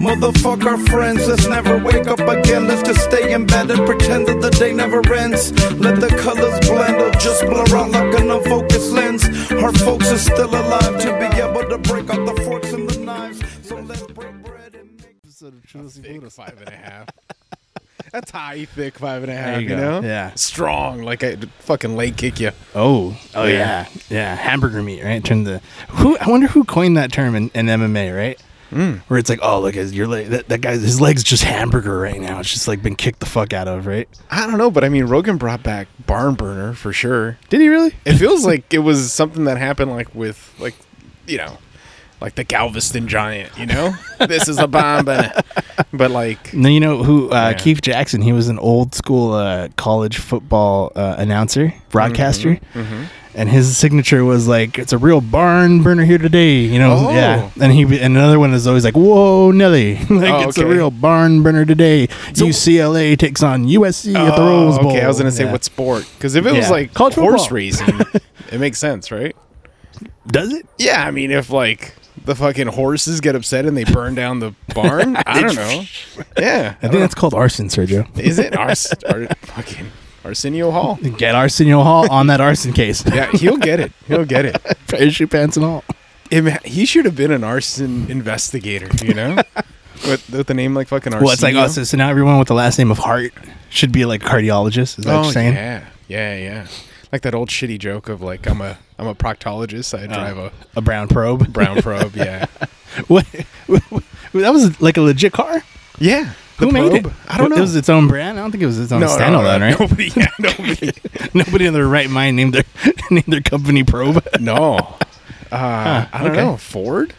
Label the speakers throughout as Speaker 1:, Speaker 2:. Speaker 1: motherfuck our friends. Let's never wake up again. Let's just stay in bed and pretend that the day never ends. Let the colors blend or just blur out like an unfocused lens. Our folks are still alive to be able to break out the forks and the knives. So let's break bread and make.
Speaker 2: Episode of
Speaker 3: A
Speaker 2: Truest
Speaker 3: thick
Speaker 2: Included.
Speaker 3: five and a half. That's high, thick five and a half.
Speaker 2: There you
Speaker 3: You,
Speaker 2: go.
Speaker 3: know,
Speaker 2: Yeah.
Speaker 3: strong. Like I fucking leg kick you.
Speaker 2: Oh, oh yeah.
Speaker 3: Yeah.
Speaker 2: yeah, Hamburger meat, right? Turn the who? I wonder who coined that term in, in MMA, right? Where it's like, oh look, his your leg, that, that guy's his leg's just hamburger right now. It's just like been kicked the fuck out of, right?
Speaker 3: I don't know, but I mean, Rogan brought back barn burner for sure.
Speaker 2: Did he really?
Speaker 3: It feels like it was something that happened, like with like, you know, like the Galveston Giant. You know, this is a bomb, but but like
Speaker 2: No, you know who? Uh,
Speaker 3: Yeah.
Speaker 2: Keith Jackson. He was an old school uh, college football uh, announcer, broadcaster,
Speaker 3: Mm-hmm,
Speaker 2: and his signature was like, "It's a real barn burner here today." You know,
Speaker 3: Oh.
Speaker 2: yeah. And he and another one is always like, "Whoa, Nelly!" like
Speaker 3: Oh,
Speaker 2: it's a
Speaker 3: okay.
Speaker 2: real barn burner today.
Speaker 3: So-
Speaker 2: UCLA takes on USC at the
Speaker 3: Oh,
Speaker 2: Rose Bowl.
Speaker 3: Okay, I was gonna say
Speaker 2: Yeah.
Speaker 3: what sport? Because if it
Speaker 2: Yeah.
Speaker 3: was like
Speaker 2: College
Speaker 3: horse
Speaker 2: football.
Speaker 3: racing, it makes sense, right?
Speaker 2: does it?
Speaker 3: Yeah, I mean, if like the fucking horses get upset and they burn down the barn, I don't know. Yeah,
Speaker 2: I think that's called arson, Sergio.
Speaker 3: is it Ars- Ar- fucking Arsenio Hall?
Speaker 2: Get Arsenio Hall on that arson case.
Speaker 3: Yeah, he'll get it. He'll get it.
Speaker 2: parachute pants and all.
Speaker 3: Ima- He should have been an arson investigator. You know, with, with a name like fucking Arsenio.
Speaker 2: Well, it's like oh, so, so now everyone with the last name of Hart should be like cardiologist. Is that what
Speaker 3: Oh
Speaker 2: you're saying?
Speaker 3: yeah, yeah, yeah. Like that old shitty joke of like I'm a I'm a proctologist.
Speaker 2: Oh.
Speaker 3: I drive a
Speaker 2: A brown probe.
Speaker 3: brown probe. Yeah,
Speaker 2: What? That was like a legit car.
Speaker 3: yeah. The
Speaker 2: Who made it?
Speaker 3: probe? I don't know.
Speaker 2: It was its own brand. I don't think it was its own
Speaker 3: no, no,
Speaker 2: standalone,
Speaker 3: no,
Speaker 2: right?
Speaker 3: Nobody, yeah, nobody.
Speaker 2: Nobody in their right mind named their named their company Probe.
Speaker 3: No. Uh, I don't
Speaker 2: okay.
Speaker 3: know. Ford?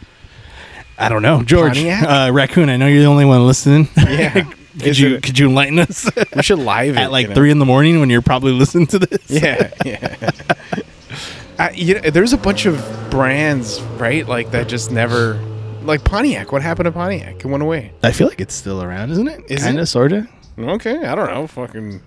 Speaker 2: I don't know, George
Speaker 3: Pontiac?
Speaker 2: uh, Raccoon. I know you're the only one listening.
Speaker 3: Yeah.
Speaker 2: could you could you enlighten us
Speaker 3: we should live
Speaker 2: at
Speaker 3: it,
Speaker 2: like
Speaker 3: you know?
Speaker 2: three in the morning when you're probably listening to this?
Speaker 3: Yeah, yeah. I, you know, there's a bunch of brands, right? Like that just never, like Pontiac. What happened to Pontiac? It went away.
Speaker 2: I feel like it's still around, isn't it?
Speaker 3: Is
Speaker 2: Kinda,
Speaker 3: it?
Speaker 2: sorta.
Speaker 3: Okay, I don't know. Fucking,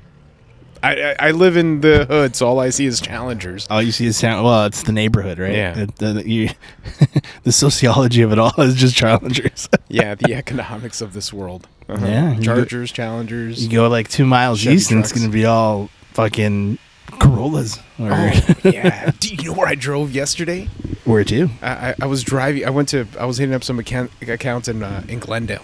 Speaker 3: I, I I live in the hood, so all I see is Challengers.
Speaker 2: All Oh, you see is sound. Well, it's the neighborhood, right?
Speaker 3: Yeah.
Speaker 2: It- the, the- you- the sociology of it all is just challengers.
Speaker 3: Yeah, the economics of this world. Uh-huh.
Speaker 2: Yeah, you go-
Speaker 3: Chargers, Challengers.
Speaker 2: you go like two miles
Speaker 3: Chevy
Speaker 2: east, and it's
Speaker 3: trucks.
Speaker 2: gonna be all fucking Corollas. Or
Speaker 3: Oh, yeah. Do you know where I drove yesterday?
Speaker 2: where to?
Speaker 3: I, I- I was driving. I went to. I was hitting up some account, accounts in uh, in Glendale.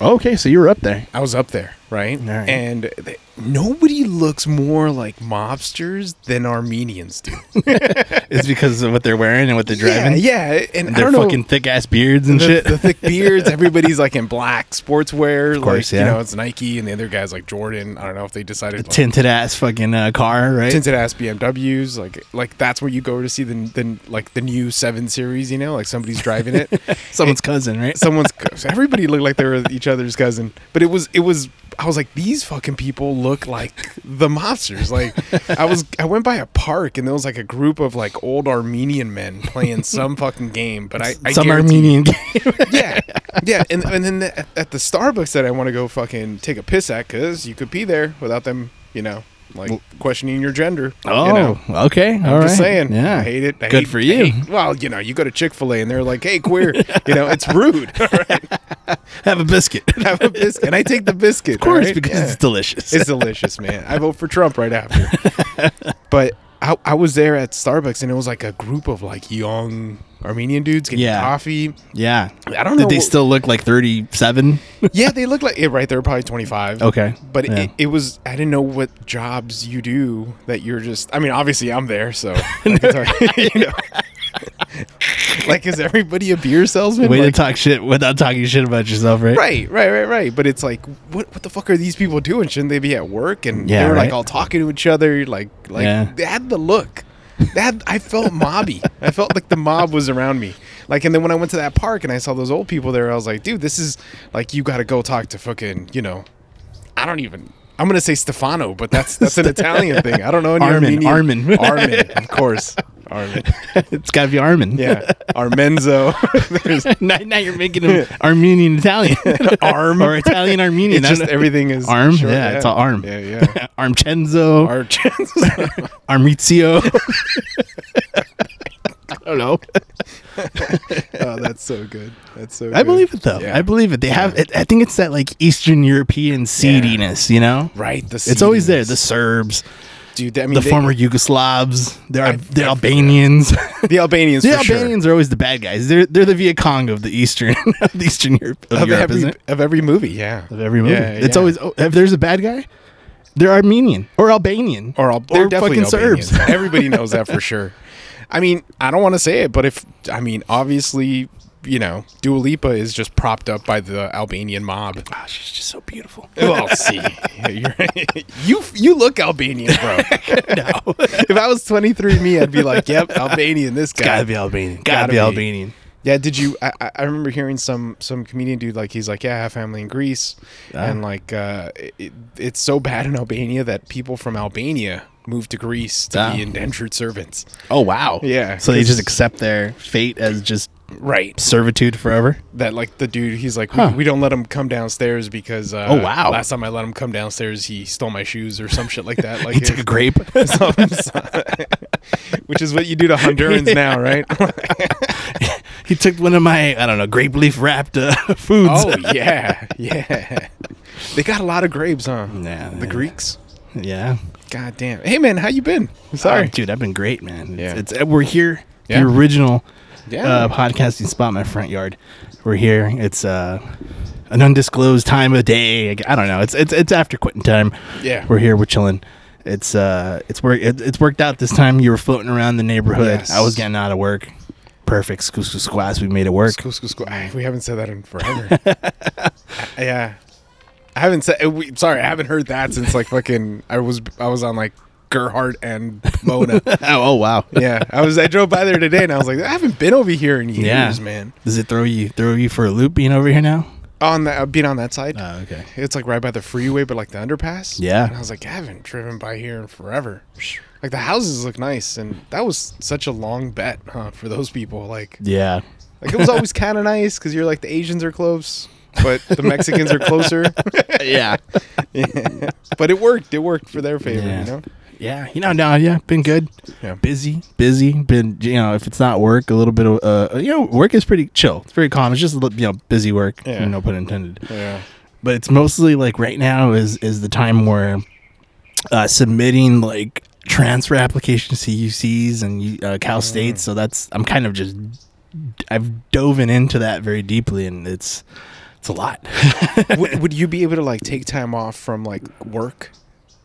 Speaker 3: Oh,
Speaker 2: Okay, so you were up there.
Speaker 3: I was up there, right?
Speaker 2: All right.
Speaker 3: And they, nobody looks more like mobsters than Armenians do.
Speaker 2: It's because of what they're wearing and what they're
Speaker 3: yeah,
Speaker 2: driving.
Speaker 3: yeah. And I
Speaker 2: Their
Speaker 3: don't know,
Speaker 2: fucking thick ass beards and
Speaker 3: the,
Speaker 2: shit.
Speaker 3: the thick beards. Everybody's like in black sportswear. Of
Speaker 2: course,
Speaker 3: like,
Speaker 2: yeah.
Speaker 3: You know, it's Nike, and the other guy's like Jordan. I don't know if they decided. like,
Speaker 2: Tinted ass fucking uh, car, right?
Speaker 3: tinted ass BMWs. Like like that's where you go to see the the like the new seven series. You know, like somebody's driving it.
Speaker 2: Someone's cousin, right?
Speaker 3: Someone's cous- everybody looked like they were each other's cousin. But it was it was I was like these fucking people look like the mobsters. Like I was I went by a park and there was like a group of like old Armenian men playing some fucking game. But I, I
Speaker 2: Some
Speaker 3: guarantee-
Speaker 2: Armenian.
Speaker 3: yeah, yeah, and and then the, at the Starbucks that I want to go fucking take a piss at because you could pee there without them, you know, like questioning your gender.
Speaker 2: oh,
Speaker 3: you know?
Speaker 2: okay. all right.
Speaker 3: I'm just saying.
Speaker 2: Yeah.
Speaker 3: I hate it. I
Speaker 2: Good
Speaker 3: hate-
Speaker 2: for
Speaker 3: I
Speaker 2: you.
Speaker 3: hate- well, you know, you go to Chick Fil A and they're like, "Hey, queer," you know, it's rude.
Speaker 2: Have a biscuit. of
Speaker 3: Have a biscuit, and I take the biscuit. Of
Speaker 2: course, because it's delicious.
Speaker 3: it's delicious, man. I vote for Trump right after. but I, I was there at Starbucks, and it was like a group of like young Armenian dudes getting
Speaker 2: Yeah.
Speaker 3: coffee.
Speaker 2: yeah.
Speaker 3: I don't know
Speaker 2: Did they
Speaker 3: what-
Speaker 2: still look like 37?
Speaker 3: yeah, they look like it right. They're probably twenty five.
Speaker 2: Okay.
Speaker 3: But
Speaker 2: Yeah.
Speaker 3: it, it was I didn't know what jobs you do that you're just I mean obviously I'm there so I can tell you, you know. like is everybody a beer salesman
Speaker 2: Way to
Speaker 3: Like,
Speaker 2: talk shit without talking shit about yourself, right?
Speaker 3: right right right right but it's like what what the fuck are these people doing shouldn't they be at work and
Speaker 2: Yeah,
Speaker 3: they were
Speaker 2: right.
Speaker 3: like all talking to each other like like
Speaker 2: Yeah.
Speaker 3: they had the look they had, I felt mobby I felt like the mob was around me like and then when I went to that park and I saw those old people there I was like dude this is like you got to go talk to fucking you know I don't even. I'm gonna say Stefano, but that's that's an Italian thing. I don't know any
Speaker 2: Armin,
Speaker 3: Armenian.
Speaker 2: Armin.
Speaker 3: Armin, of course. Armin.
Speaker 2: it's got to be Armin.
Speaker 3: Yeah. Armenzo. There's
Speaker 2: now, now you're making him Armenian Italian.
Speaker 3: arm.
Speaker 2: or Italian Armenian.
Speaker 3: It's
Speaker 2: I
Speaker 3: just
Speaker 2: don't know.
Speaker 3: everything is
Speaker 2: Arm?
Speaker 3: short,
Speaker 2: yeah, it's all arm.
Speaker 3: Yeah, yeah.
Speaker 2: Armchenzo.
Speaker 3: Arch.
Speaker 2: Armizio. I don't know.
Speaker 3: oh, that's That's so good. That's so.
Speaker 2: I
Speaker 3: good.
Speaker 2: believe it though.
Speaker 3: Yeah.
Speaker 2: I believe it. They have. It, I think it's that like Eastern European seediness. You know,
Speaker 3: Right. The
Speaker 2: It's always there.
Speaker 3: seediness.
Speaker 2: The Serbs,
Speaker 3: dude. I mean,
Speaker 2: the
Speaker 3: they-
Speaker 2: former Yugoslavs, the, Al-
Speaker 3: I've-
Speaker 2: the
Speaker 3: I've-
Speaker 2: Albanians.
Speaker 3: the Albanians.
Speaker 2: the
Speaker 3: for sure.
Speaker 2: Albanians are always the bad guys. They're they're the Viet Cong of the Eastern of the Eastern Europe of,
Speaker 3: of
Speaker 2: Europe,
Speaker 3: every
Speaker 2: isn't it?
Speaker 3: of every movie. Yeah.
Speaker 2: Of every movie,
Speaker 3: Yeah,
Speaker 2: it's
Speaker 3: yeah.
Speaker 2: always oh, if there's a bad guy, they're Armenian or Albanian
Speaker 3: or Al-
Speaker 2: they're
Speaker 3: or definitely
Speaker 2: fucking
Speaker 3: Albanians.
Speaker 2: Serbs.
Speaker 3: Everybody knows that for sure. I mean, I don't want to say it, but if I mean, obviously, you know, Dua Lipa is just propped up by the Albanian mob.
Speaker 2: Gosh, she's just so beautiful.
Speaker 3: Well, see, You're- you you look Albanian, bro.
Speaker 2: No,
Speaker 3: If I was 23 me, I'd be like, "Yep, Albanian. This guy."
Speaker 2: gotta be Albanian. Gotta,
Speaker 3: Gotta
Speaker 2: be,
Speaker 3: be.
Speaker 2: Albanian.
Speaker 3: Yeah, did you? I, I- I remember hearing some some comedian dude like he's like, yeah, I have family in Greece,
Speaker 2: Ah.
Speaker 3: and like uh, it, it's so bad in Albania that people from Albania moved to Greece to
Speaker 2: Ah.
Speaker 3: be indentured servants.
Speaker 2: Oh wow.
Speaker 3: Yeah,
Speaker 2: So they
Speaker 3: 'cause-
Speaker 2: just accept their fate as just
Speaker 3: Right.
Speaker 2: servitude forever.
Speaker 3: That like the dude, he's like,
Speaker 2: Huh.
Speaker 3: we, we don't let him come downstairs because uh,
Speaker 2: Oh, wow.
Speaker 3: last time I let him come downstairs, he stole my shoes or some shit like that. Like
Speaker 2: He took a
Speaker 3: it-
Speaker 2: grape.
Speaker 3: some- which is what you do to Hondurans now, right?
Speaker 2: he took one of my I don't know grape leaf wrapped uh, foods.
Speaker 3: oh yeah, yeah. They got a lot of grapes, huh?
Speaker 2: Yeah,
Speaker 3: the
Speaker 2: they-
Speaker 3: Greeks.
Speaker 2: yeah.
Speaker 3: God damn. Hey man, how you been? I'm sorry.
Speaker 2: Oh, dude, I've been great, man.
Speaker 3: Yeah.
Speaker 2: It's, it's we're here.
Speaker 3: Yeah.
Speaker 2: The original
Speaker 3: Yeah.
Speaker 2: uh, podcasting spot, in my front yard. We're here. It's uh, an undisclosed time of day. I I don't know. It's it's it's after quitting time.
Speaker 3: Yeah.
Speaker 2: we're here. We're chilling. It's uh, it's work. It, it's worked out this time. You were floating around the neighborhood.
Speaker 3: Yes.
Speaker 2: I was getting out of work. Perfect. Squeeze, squeeze, squash. We made it work.
Speaker 3: School, school, school. I, we haven't said that in forever. I- yeah, I haven't said. uh, We, sorry, I haven't heard that since like fucking. I was I was on like Gerhardt and Mona.
Speaker 2: Oh, oh wow.
Speaker 3: yeah, I was. I drove by there today, and I was like, I haven't been over here in years,
Speaker 2: Yeah,
Speaker 3: man.
Speaker 2: Does it throw you throw you for a loop being over here now?
Speaker 3: On that, uh, being on that side,
Speaker 2: Oh, okay.
Speaker 3: it's like right by the freeway, but like the underpass.
Speaker 2: Yeah.
Speaker 3: and I was like, I haven't driven by here in forever. Like the houses look nice, and that was such a long bet, huh, for those people. Like,
Speaker 2: Yeah.
Speaker 3: Like it was always kind of nice because you're like the Asians are close, but the Mexicans are closer.
Speaker 2: yeah.
Speaker 3: Yeah. But it worked. It worked for their favor.
Speaker 2: Yeah.
Speaker 3: You know.
Speaker 2: Yeah, you know, no, yeah, been good.
Speaker 3: Yeah.
Speaker 2: Busy, busy. Been, you know, if it's not work, a little bit of, uh, you know, work is pretty chill. It's pretty calm. It's just, a little, you know, busy work.
Speaker 3: Yeah.
Speaker 2: No pun intended.
Speaker 3: Yeah.
Speaker 2: But it's mostly like right now is is the time where uh, submitting like transfer applications to UCs and U- uh,
Speaker 3: Mm.
Speaker 2: Cal State. So that's I'm kind of just I've dove in into that very deeply, and it's it's a lot.
Speaker 3: would, would you be able to like take time off from like work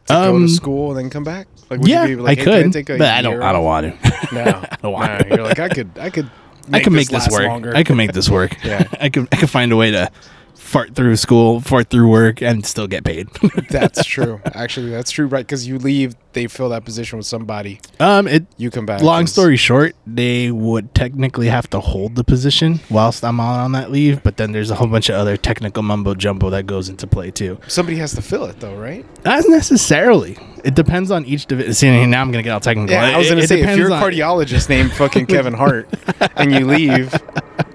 Speaker 3: to go
Speaker 2: Um,
Speaker 3: to school and then come back? Like, would
Speaker 2: yeah,
Speaker 3: you be able to,
Speaker 2: I
Speaker 3: like, hey, can
Speaker 2: could,
Speaker 3: take a
Speaker 2: but I don't.
Speaker 3: year
Speaker 2: I don't
Speaker 3: off?
Speaker 2: want to.
Speaker 3: No,
Speaker 2: don't want
Speaker 3: no, You're like I could. I could.
Speaker 2: I can make this,
Speaker 3: last
Speaker 2: work.
Speaker 3: Longer.
Speaker 2: I can make this work.
Speaker 3: Yeah.
Speaker 2: I can I can find a way to fart through school, fart through work, and still get paid.
Speaker 3: That's true. Actually, that's true. Right? Because you leave, they fill that position with somebody.
Speaker 2: um, it.
Speaker 3: You come back.
Speaker 2: Long
Speaker 3: 'cause-
Speaker 2: story short, they would technically have to hold the position whilst I'm out on that leave, but then there's a whole bunch of other technical mumbo jumbo that goes into play too.
Speaker 3: Somebody has to fill it though, right?
Speaker 2: Not necessarily. It depends on each division. See, now I'm gonna get all technical.
Speaker 3: Yeah, I was
Speaker 2: It-
Speaker 3: gonna
Speaker 2: it
Speaker 3: say if
Speaker 2: depends
Speaker 3: you're a
Speaker 2: on-
Speaker 3: cardiologist named fucking Kevin Hart and you leave,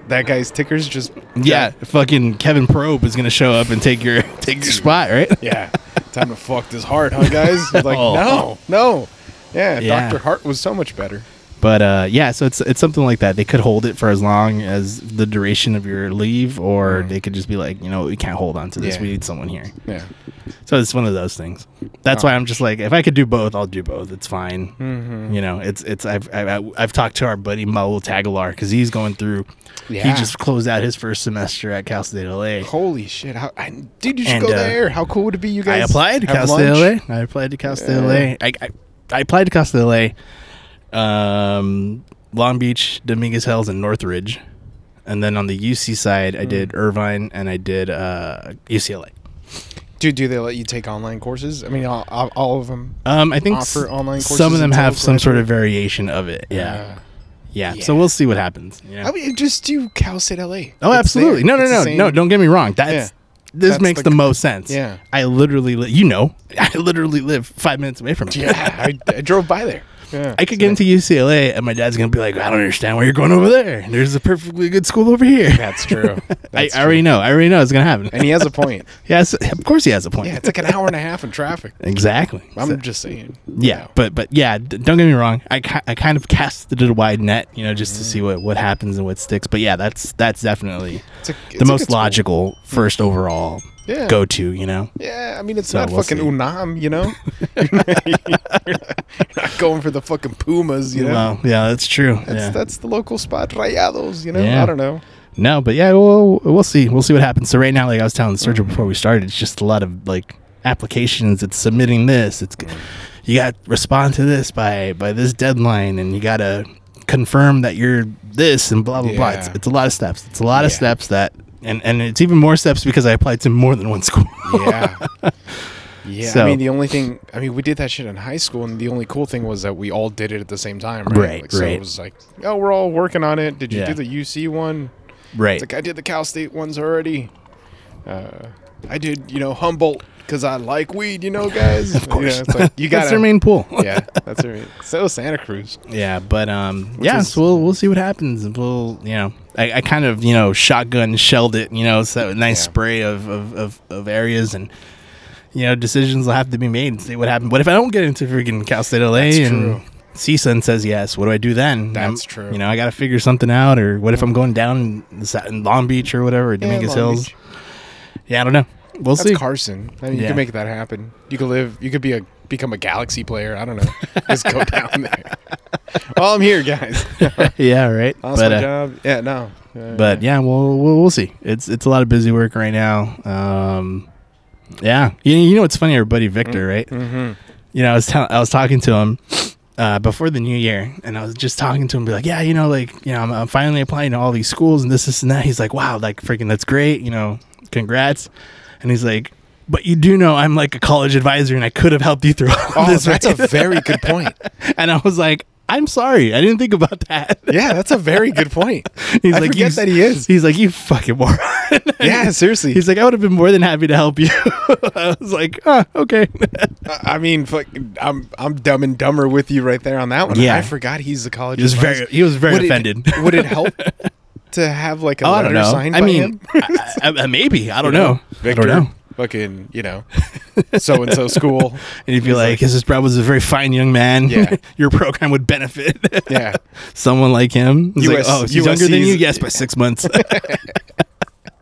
Speaker 3: that guy's ticker's just
Speaker 2: yeah, fucking Kevin Probe is gonna show up and take your take your spot, right?
Speaker 3: yeah. Time to fuck this heart, huh, guys? He's like,
Speaker 2: Oh.
Speaker 3: no, no, yeah,
Speaker 2: Yeah.
Speaker 3: Doctor Hart was so much better.
Speaker 2: But uh, yeah, so it's it's something like that. They could hold it for as long as the duration of your leave, or they could just be like, you know, we can't hold on to this.
Speaker 3: Yeah.
Speaker 2: We need someone here.
Speaker 3: Yeah,
Speaker 2: So it's one of those things. That's why I'm just like, if I could do both, I'll do both. It's fine.
Speaker 3: Mm-hmm.
Speaker 2: You know, it's it's I've I've, I've talked to our buddy Maul Tagalar because he's going through. He
Speaker 3: Yeah.
Speaker 2: just closed out his first semester at Cal State LA.
Speaker 3: holy shit! How, I, dude, you should
Speaker 2: And,
Speaker 3: go
Speaker 2: uh,
Speaker 3: there. How cool would it be? You
Speaker 2: I
Speaker 3: guys
Speaker 2: applied to
Speaker 3: have
Speaker 2: Cal
Speaker 3: lunch?
Speaker 2: State LA. I applied to Cal State LA. I, I, I applied to Cal State LA, um, Long Beach, Dominguez Hills, and Northridge. And then on the UC side,
Speaker 3: Hmm.
Speaker 2: I did Irvine and I did uh, UCLA.
Speaker 3: Dude, do they let you take online courses? I mean, all, all, all of them.
Speaker 2: Um, I think
Speaker 3: Offer
Speaker 2: s-
Speaker 3: online
Speaker 2: some of
Speaker 3: courses
Speaker 2: them
Speaker 3: until
Speaker 2: have some sort of variation of it. Yeah. Yeah. So
Speaker 3: Yeah.
Speaker 2: we'll see what happens. you know?
Speaker 3: Uh, I mean, just do Cal State LA.
Speaker 2: Oh,
Speaker 3: It's
Speaker 2: absolutely.
Speaker 3: there. It's
Speaker 2: No,
Speaker 3: the
Speaker 2: no, no,
Speaker 3: same.
Speaker 2: no. Don't get me wrong. That's
Speaker 3: Yeah.
Speaker 2: this
Speaker 3: That's
Speaker 2: makes
Speaker 3: the
Speaker 2: the, most sense.
Speaker 3: Yeah.
Speaker 2: I literally, li- you know, I literally live five minutes away from it.
Speaker 3: Yeah, I, I drove by there. Yeah.
Speaker 2: I could get into UCLA, and my dad's gonna be like, "I don't understand why you're going over there. There's a perfectly good school over here."
Speaker 3: That's true.
Speaker 2: I,
Speaker 3: That's
Speaker 2: I already know. I already know it's gonna happen.
Speaker 3: and he has a point.
Speaker 2: yes, of course he has a point.
Speaker 3: Yeah, it's like an hour and a half in traffic.
Speaker 2: exactly.
Speaker 3: I'm
Speaker 2: So-
Speaker 3: just saying.
Speaker 2: yeah, but but yeah, d- don't get me wrong. I, ki- I kind of casted a wide net, you know, just to see what what happens and what sticks. But yeah, that's that's definitely
Speaker 3: Mm. It's a- it's
Speaker 2: the
Speaker 3: a
Speaker 2: most
Speaker 3: good school. Mm.
Speaker 2: logical first overall
Speaker 3: Yeah.
Speaker 2: go to. You know,
Speaker 3: Yeah, I mean it's
Speaker 2: So
Speaker 3: not
Speaker 2: we'll
Speaker 3: fucking
Speaker 2: see.
Speaker 3: Unam, you know. you're, not, going for the fucking Pumas, you know.
Speaker 2: well, yeah, that's true.
Speaker 3: That's,
Speaker 2: yeah.
Speaker 3: that's the local spot, Rayados. You know,
Speaker 2: Yeah.
Speaker 3: I don't know.
Speaker 2: No, but yeah, we'll we'll see. We'll see what happens. So right now, like I was telling Sergio before we started, it's just a lot of like applications. It's submitting this. It's you got to respond to this by by this deadline, and you got to confirm that you're this and blah blah blah. It's,
Speaker 3: Yeah.
Speaker 2: it's a lot of steps. It's a lot of
Speaker 3: Yeah.
Speaker 2: steps that. And, and it's even more steps because I applied to more than one school.
Speaker 3: Yeah, yeah.
Speaker 2: So-
Speaker 3: I mean, the only thing, I mean, we did that shit in high school, and the only cool thing was that we all did it at the same time, right?
Speaker 2: Right,
Speaker 3: like, So
Speaker 2: right.
Speaker 3: it was like, oh, we're all working on it. Did you
Speaker 2: Yeah.
Speaker 3: do the UC one?
Speaker 2: right.
Speaker 3: It's like I did the Cal State ones already. Uh, I did, you know, Humboldt because I like weed, you know, guys. of
Speaker 2: course.
Speaker 3: it's like, you got
Speaker 2: That's their main pool.
Speaker 3: yeah, that's right. So Santa Cruz.
Speaker 2: Yeah, but um, yeah.
Speaker 3: is-
Speaker 2: so we'll we'll see what happens. We'll you know, I, I kind of you know shotgun shelled it. You know, so a nice
Speaker 3: Yeah.
Speaker 2: spray of, of of of areas and. You know, decisions will have to be made and see what happens. What if I don't get into freaking Cal State LA
Speaker 3: That's true.
Speaker 2: and CSUN says yes? What do I do then?
Speaker 3: That's true.
Speaker 2: You know, I got to figure something out. Or what if I'm going down in the sa- in Long Beach or whatever, Dominguez
Speaker 3: Long
Speaker 2: Hills?
Speaker 3: Beach.
Speaker 2: Yeah, I don't know. We'll
Speaker 3: That's
Speaker 2: see.
Speaker 3: Carson. I mean, you
Speaker 2: Yeah.
Speaker 3: can make that happen. You could live. You could be a become a Galaxy player. I don't know. Just go down there. Well, I'm here, guys.
Speaker 2: yeah, right.
Speaker 3: Lost
Speaker 2: But,
Speaker 3: my
Speaker 2: uh,
Speaker 3: job. Yeah, no. Uh,
Speaker 2: but yeah, we'll, we'll we'll see. It's it's a lot of busy work right now. Um, yeah, you, you know what's funny, our buddy Victor, right?
Speaker 3: mhm.
Speaker 2: You know, I was tell I was talking to him uh, before the new year, and I was just talking to him, be like, yeah, you know, like you know, I'm, I'm finally applying to all these schools and this, this, and that. He's like, wow, like freaking, that's great. You know, congrats. And he's like, but you do know I'm like a college advisor, and I could have helped you through all
Speaker 3: Oh,
Speaker 2: this,
Speaker 3: that's
Speaker 2: right?
Speaker 3: a very good point.
Speaker 2: and I was like. I'm sorry, I didn't think about that.
Speaker 3: Yeah, that's a very good point.
Speaker 2: He's
Speaker 3: I
Speaker 2: like,
Speaker 3: forget
Speaker 2: you,
Speaker 3: that he is.
Speaker 2: He's like, you fucking moron.
Speaker 3: Yeah, seriously.
Speaker 2: He's like, I would have been more than happy to help you. I was like, ah, okay.
Speaker 3: I I mean, fuck, I'm I'm dumb and dumber with you right there on that one.
Speaker 2: Yeah.
Speaker 3: I forgot he's a college.
Speaker 2: He was
Speaker 3: advisor.
Speaker 2: very- he was very
Speaker 3: Would it-
Speaker 2: offended.
Speaker 3: would it help to have like a
Speaker 2: Oh, I
Speaker 3: letter
Speaker 2: don't know.
Speaker 3: signed
Speaker 2: I
Speaker 3: by
Speaker 2: mean,
Speaker 3: him?
Speaker 2: I, I- I- maybe I don't know.
Speaker 3: Victor,
Speaker 2: I don't know.
Speaker 3: fucking, you know, so and so school.
Speaker 2: And he'd be like, his his brother was a very fine young man.
Speaker 3: Yeah.
Speaker 2: Your program would benefit
Speaker 3: Yeah.
Speaker 2: someone like him. He's like,
Speaker 3: US
Speaker 2: oh, he's younger than
Speaker 3: USC's
Speaker 2: you? Yes, by six months.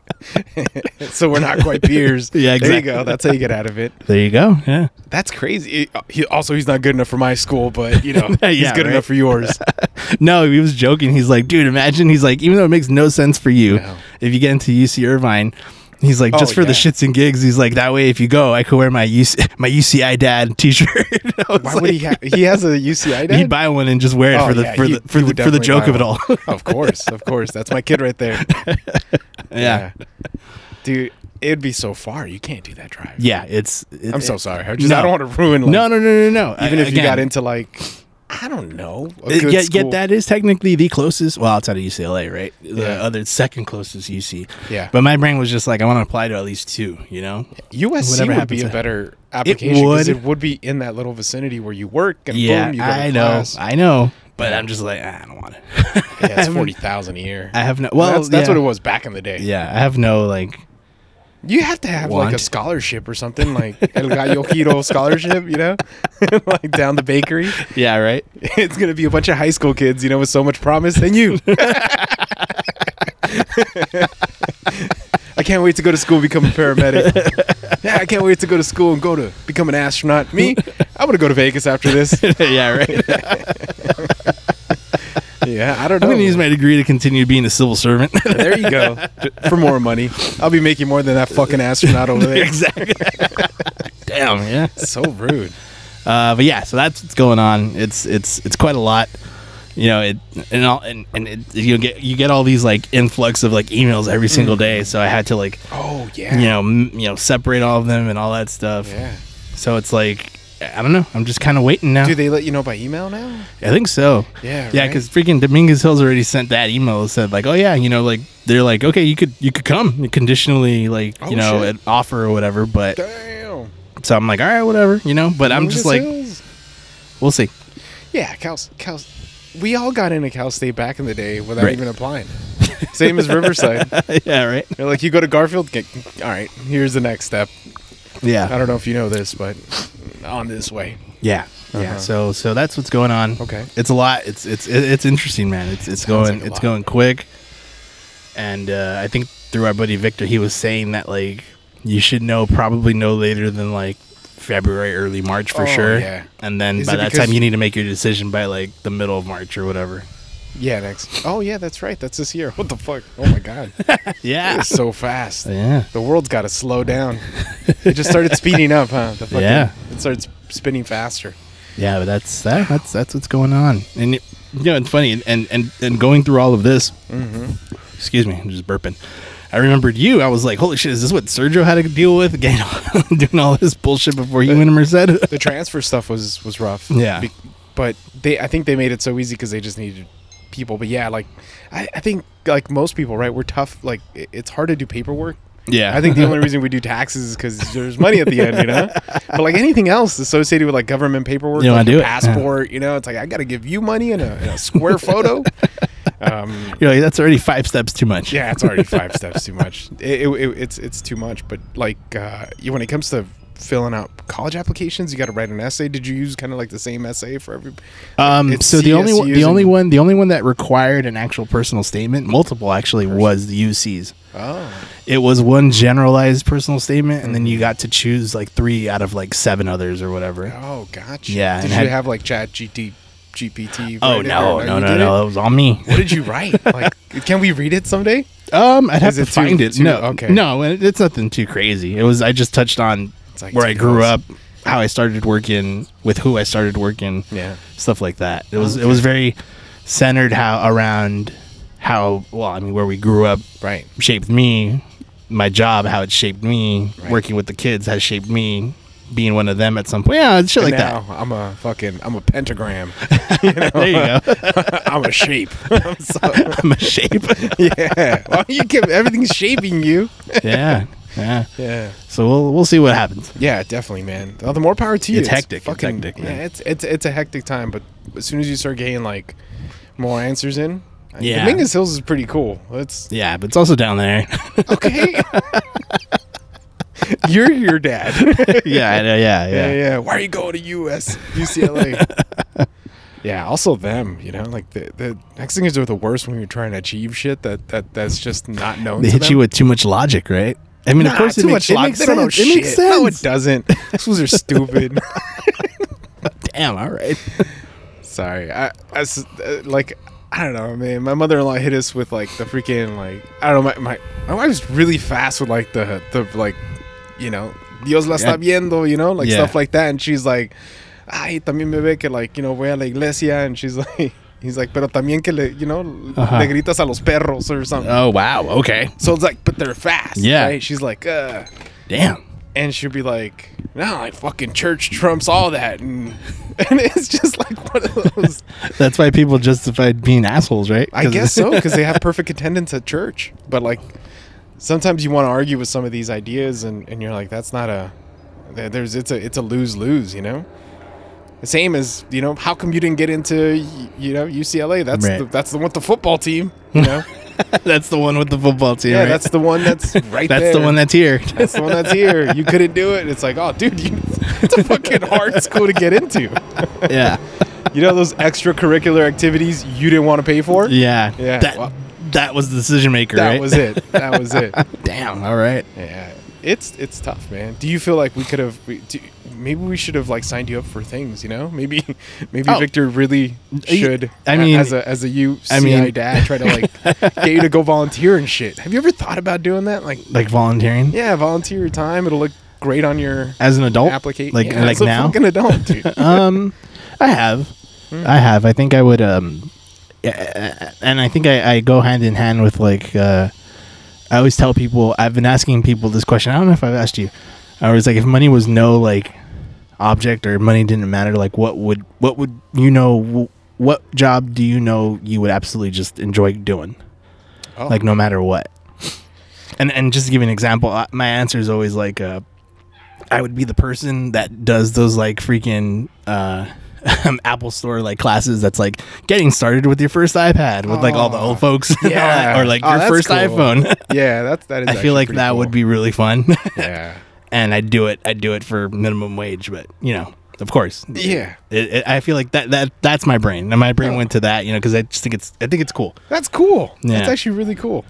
Speaker 3: So we're not quite peers.
Speaker 2: Yeah,
Speaker 3: There
Speaker 2: exactly.
Speaker 3: you go. That's how you get out of it.
Speaker 2: there you go. Yeah.
Speaker 3: That's crazy. It- he, also, he's not good enough for my school, but, you know, he's
Speaker 2: Yeah,
Speaker 3: good
Speaker 2: right.
Speaker 3: enough for yours.
Speaker 2: No, he was joking. He's like, dude, imagine. He's like, even though it makes no sense for you,
Speaker 3: Yeah.
Speaker 2: if you get into UC Irvine, he's like,
Speaker 3: Oh,
Speaker 2: just for the
Speaker 3: yeah.
Speaker 2: shits and gigs. He's like, that way, if you go, I could wear my UC, my UCI dad T-shirt. I was
Speaker 3: Why would he have? He has a UCI dad?
Speaker 2: He'd buy one and just wear it
Speaker 3: Oh,
Speaker 2: for the
Speaker 3: yeah,
Speaker 2: for
Speaker 3: he-
Speaker 2: the for
Speaker 3: he
Speaker 2: the,
Speaker 3: would
Speaker 2: for the
Speaker 3: definitely
Speaker 2: joke
Speaker 3: buy
Speaker 2: of it all.
Speaker 3: one. of course. Of course. That's my kid right there.
Speaker 2: yeah.
Speaker 3: Dude, it'd be so far. You can't do that drive.
Speaker 2: yeah, It's. it-
Speaker 3: I'm so
Speaker 2: it-
Speaker 3: sorry. I, just,
Speaker 2: No.
Speaker 3: I don't want to ruin like,
Speaker 2: No, no, no, no, no.
Speaker 3: Even
Speaker 2: I-
Speaker 3: if you got
Speaker 2: again,
Speaker 3: into like, I don't know. A
Speaker 2: it-
Speaker 3: good
Speaker 2: yet,
Speaker 3: school.
Speaker 2: yet that is technically the closest. Well, outside of UCLA, right? The
Speaker 3: Yeah.
Speaker 2: other second closest UC.
Speaker 3: Yeah.
Speaker 2: But my brain was just like, I want to apply to at least two. You know.
Speaker 3: USC
Speaker 2: whatever
Speaker 3: would
Speaker 2: happens
Speaker 3: be a
Speaker 2: to-
Speaker 3: better application because
Speaker 2: would.
Speaker 3: it would be in that little vicinity where you work and
Speaker 2: Yeah,
Speaker 3: boom, you go to
Speaker 2: I know,
Speaker 3: class.
Speaker 2: I know, but I'm just like, "Ah, I don't want it.
Speaker 3: Yeah, it's
Speaker 2: I'm-
Speaker 3: forty thousand a year.
Speaker 2: I have no. Well,
Speaker 3: that's, that's
Speaker 2: yeah.
Speaker 3: what it was back in the day.
Speaker 2: Yeah, I have no like.
Speaker 3: You have to have like a
Speaker 2: Want.
Speaker 3: scholarship or something, like El Gallo Giro scholarship, you know, like down the bakery.
Speaker 2: Yeah, right.
Speaker 3: It's gonna be a bunch of high school kids, you know, with so much promise. Than you. I can't wait to go to school, and become a paramedic. yeah, I can't wait to go to school and go to become an astronaut. Me, I'm gonna go to Vegas after this.
Speaker 2: yeah, right.
Speaker 3: Yeah, I don't know.
Speaker 2: I'm gonna use my degree to continue being a civil servant.
Speaker 3: there you go. For more money. I'll be making more than that fucking astronaut over there.
Speaker 2: exactly. Damn. Yeah.
Speaker 3: So rude.
Speaker 2: Uh, but yeah, so that's what's going on. It's it's it's quite a lot. You know, it and all and, and it, you get you get all these like influx of like emails every single day. So I had to like
Speaker 3: Oh yeah.
Speaker 2: you know m- you know separate all of them and all that stuff.
Speaker 3: Yeah.
Speaker 2: So it's like I don't know. I'm just kind of waiting now.
Speaker 3: Do they let you know by email now?
Speaker 2: I think so.
Speaker 3: Yeah,
Speaker 2: Yeah,
Speaker 3: right?
Speaker 2: because freaking Dominguez Hills already sent that email that said like, oh yeah, you know, like they're like, okay, you could you could come conditionally, like
Speaker 3: Oh,
Speaker 2: you know,
Speaker 3: shit.
Speaker 2: an offer or whatever. But
Speaker 3: Damn.
Speaker 2: so I'm like, all right, whatever, you know. But I'm just like,
Speaker 3: Lucas Hills.
Speaker 2: we'll see.
Speaker 3: Yeah, Cal, Cal. We all got into Cal State back in the day without
Speaker 2: Right.
Speaker 3: even applying. Same as Riverside.
Speaker 2: yeah, right.
Speaker 3: You're like, you go to Garfield. Get, all right, here's the next step. I
Speaker 2: Yeah,
Speaker 3: don't know if you know this, but on this way.
Speaker 2: yeah, yeah.
Speaker 3: Uh-huh.
Speaker 2: So, so that's what's going on.
Speaker 3: Okay.
Speaker 2: it's a lot. It's it's it- it's interesting, man. It's it's
Speaker 3: sounds
Speaker 2: going
Speaker 3: like a
Speaker 2: it's
Speaker 3: lot.
Speaker 2: going quick, and uh, I think through our buddy Victor, he was saying that like you should know probably no later than like February, early March for
Speaker 3: Oh,
Speaker 2: sure.
Speaker 3: yeah.
Speaker 2: And then
Speaker 3: Is
Speaker 2: by
Speaker 3: it
Speaker 2: that
Speaker 3: because-
Speaker 2: time, you need to make your decision by like the middle of March or whatever.
Speaker 3: Yeah, next. Oh yeah, that's right. That's this year. What the fuck? Oh my god,
Speaker 2: Yeah,
Speaker 3: it's so fast.
Speaker 2: yeah.
Speaker 3: The world's got to slow down. It just started speeding up, huh? The fucking,
Speaker 2: Yeah.
Speaker 3: It starts spinning faster.
Speaker 2: Yeah, but that's that, that's that's what's going on, and you know, it's funny, and and and going through all of this.
Speaker 3: Mm-hmm.
Speaker 2: Excuse me, I'm just burping. I remembered you. I was like, "Holy shit! Is this what Sergio had to deal with? Again, doing all this bullshit before you and Merced."
Speaker 3: The transfer stuff was was rough.
Speaker 2: Yeah.
Speaker 3: but they, I think they made it so easy because they just needed people. But yeah, like, I, I think like most people, right? We're tough. Like, it- it's hard to do paperwork.
Speaker 2: Yeah,
Speaker 3: I think the only reason we do taxes is because there's money at the end, you know. But like anything else associated with like government paperwork,
Speaker 2: You don't
Speaker 3: like
Speaker 2: wanna
Speaker 3: your
Speaker 2: do it.
Speaker 3: passport, you know, it's like I got to give you money and a, and a square photo. Um,
Speaker 2: you're like, that's already five steps too much.
Speaker 3: yeah, it's already five steps too much. It, it, it- it's it's too much. But like, uh, you, when it comes to filling out college applications, you got to write an essay. Did you use kind of like the same essay for every?
Speaker 2: Um,
Speaker 3: It's
Speaker 2: so the only one,
Speaker 3: CSUs
Speaker 2: the only
Speaker 3: and-
Speaker 2: one, the only one that required an actual personal statement, multiple actually, was the UCs.
Speaker 3: Oh,
Speaker 2: It was one generalized personal statement, and
Speaker 3: Mm-hmm.
Speaker 2: then you got to choose like three out of like seven others or whatever.
Speaker 3: oh, gotcha.
Speaker 2: Yeah,
Speaker 3: Did
Speaker 2: and
Speaker 3: you
Speaker 2: had-
Speaker 3: have like Chat GT, GPT?
Speaker 2: Oh
Speaker 3: write it,
Speaker 2: no,
Speaker 3: or
Speaker 2: no,
Speaker 3: you
Speaker 2: no,
Speaker 3: did
Speaker 2: no!
Speaker 3: it?
Speaker 2: That was on me.
Speaker 3: What did you write? Like, can we read it someday?
Speaker 2: Um, I'd
Speaker 3: Is
Speaker 2: have to
Speaker 3: it too-
Speaker 2: find it.
Speaker 3: too-
Speaker 2: no,
Speaker 3: okay.
Speaker 2: okay. no, it- it's nothing too crazy. It was I just touched on
Speaker 3: It's like
Speaker 2: where I
Speaker 3: too
Speaker 2: grew
Speaker 3: close.
Speaker 2: up, how I started working, with who I started working,
Speaker 3: Yeah.
Speaker 2: stuff like that. It was it was very centered how around how well I mean where we grew up
Speaker 3: Right.
Speaker 2: shaped me, my job how it shaped me,
Speaker 3: Right.
Speaker 2: working with the kids has shaped me, being one of them at some point. Yeah, shit like
Speaker 3: now I'm a fucking I'm a pentagram.
Speaker 2: that. there you go.
Speaker 3: I'm a shape. I'm so-
Speaker 2: I'm a shape.
Speaker 3: yeah. Well, you can, everything's shaping you.
Speaker 2: yeah, yeah.
Speaker 3: Yeah.
Speaker 2: So we'll we'll see what happens.
Speaker 3: Yeah, definitely, man. Well, the more power to you.
Speaker 2: It's hectic, it's hectic, man.
Speaker 3: Yeah, it's it's it's a hectic time, but as soon as you start getting like more answers in,
Speaker 2: Yeah.
Speaker 3: Dominguez Hills is pretty cool. It's
Speaker 2: Yeah, but it's also down there.
Speaker 3: okay. You're your dad.
Speaker 2: yeah, I know, yeah,
Speaker 3: yeah,
Speaker 2: yeah,
Speaker 3: yeah. Why are you going to US UCLA? yeah, also them. You know, like the the next thing is they're the worst when you're trying to achieve shit that that that's just not known.
Speaker 2: They
Speaker 3: to
Speaker 2: hit
Speaker 3: them.
Speaker 2: you with too much logic, right? I mean, of
Speaker 3: Nah,
Speaker 2: course, it
Speaker 3: too
Speaker 2: makes,
Speaker 3: much
Speaker 2: it makes
Speaker 3: They don't know
Speaker 2: sense. It makes
Speaker 3: shit. No, it
Speaker 2: sense.
Speaker 3: doesn't. Schools are stupid.
Speaker 2: Damn, all right.
Speaker 3: Sorry, I, I s- uh, like I don't know, man. My mother-in-law hit us with like the freaking like I don't know. My my, my wife's really fast with like the the like you know Dios la está viendo, you know, like
Speaker 2: Yeah.
Speaker 3: stuff like that. And she's like, ay también me ve que like you know voy a la iglesia, and she's like. He's like, pero también que le, you know,
Speaker 2: Uh-huh.
Speaker 3: le gritas a los perros or something.
Speaker 2: Oh wow, okay,
Speaker 3: so it's like, but they're fast.
Speaker 2: Yeah.
Speaker 3: Right? She's like, uh,
Speaker 2: damn.
Speaker 3: and she'll be like, "No, like fucking church trumps all that," and and it's just like one of those.
Speaker 2: That's why people justified being assholes, right?
Speaker 3: I
Speaker 2: 'Cause-
Speaker 3: guess so because they have perfect attendance at church, but like sometimes you want to argue with some of these ideas, and and you're like, "That's not a there- there's it's a it's a lose lose," you know. The same as you know, how come you didn't get into y- you know UCLA? That's
Speaker 2: Right.
Speaker 3: the, that's the one with the football team, you know.
Speaker 2: that's the one with the football team.
Speaker 3: yeah,
Speaker 2: right?
Speaker 3: that's the one that's right.
Speaker 2: that's the
Speaker 3: there.
Speaker 2: one that's here.
Speaker 3: That's the one that's here. You couldn't do it. It's like, oh, dude, you, it's a fucking hard school to get into.
Speaker 2: yeah,
Speaker 3: You know those extracurricular activities you didn't want to pay for?
Speaker 2: yeah,
Speaker 3: Yeah,
Speaker 2: That
Speaker 3: well-
Speaker 2: that was the decision maker.
Speaker 3: That
Speaker 2: right?
Speaker 3: was it. That was it.
Speaker 2: Damn. All right.
Speaker 3: Yeah, it's it's tough, man. Do you feel like we could have? we- do- Maybe we should have like signed you up for things. You know, maybe maybe
Speaker 2: Oh.
Speaker 3: Victor really
Speaker 2: I-
Speaker 3: should.
Speaker 2: I
Speaker 3: a-
Speaker 2: mean-
Speaker 3: as a as a UCI
Speaker 2: I mean-
Speaker 3: dad, try to like get you to go volunteer and shit. Have you ever thought about doing that? Like,
Speaker 2: Like volunteering
Speaker 3: yeah, volunteer your time. It'll look great on your
Speaker 2: as an adult,
Speaker 3: application.
Speaker 2: Oh, like
Speaker 3: yeah,
Speaker 2: like
Speaker 3: as a
Speaker 2: now.
Speaker 3: fucking adult, dude.
Speaker 2: um, I have, I have. I think I would. Um, yeah, and I think I, I go hand in hand with like. Uh, I always tell people. I've been asking people this question. I don't know if I've asked you. I was like, if money was no like object or money didn't matter, like what would what would you know? w- What job do you know you would absolutely just enjoy doing?
Speaker 3: Oh.
Speaker 2: Like no matter what. And and just to give you an example, I- my answer is always like. Uh, I would be the person that does those like freaking uh um, Apple Store like classes that's like getting started with your first iPad with like all the
Speaker 3: Oh.
Speaker 2: old folks, and all
Speaker 3: Yeah.
Speaker 2: that, or like
Speaker 3: Oh,
Speaker 2: your
Speaker 3: that's
Speaker 2: first
Speaker 3: cool.
Speaker 2: iPhone.
Speaker 3: Yeah, that's that is.
Speaker 2: I feel like that would be really fun,
Speaker 3: Yeah.
Speaker 2: and I'd do it. I'd do it for minimum wage, but you know, of course,
Speaker 3: Yeah. Oh.
Speaker 2: It, it, I feel like that that that's my brain, and my brain went to that, you know, because I just think it's I think it's cool.
Speaker 3: That's cool.
Speaker 2: Yeah.
Speaker 3: That's actually really cool.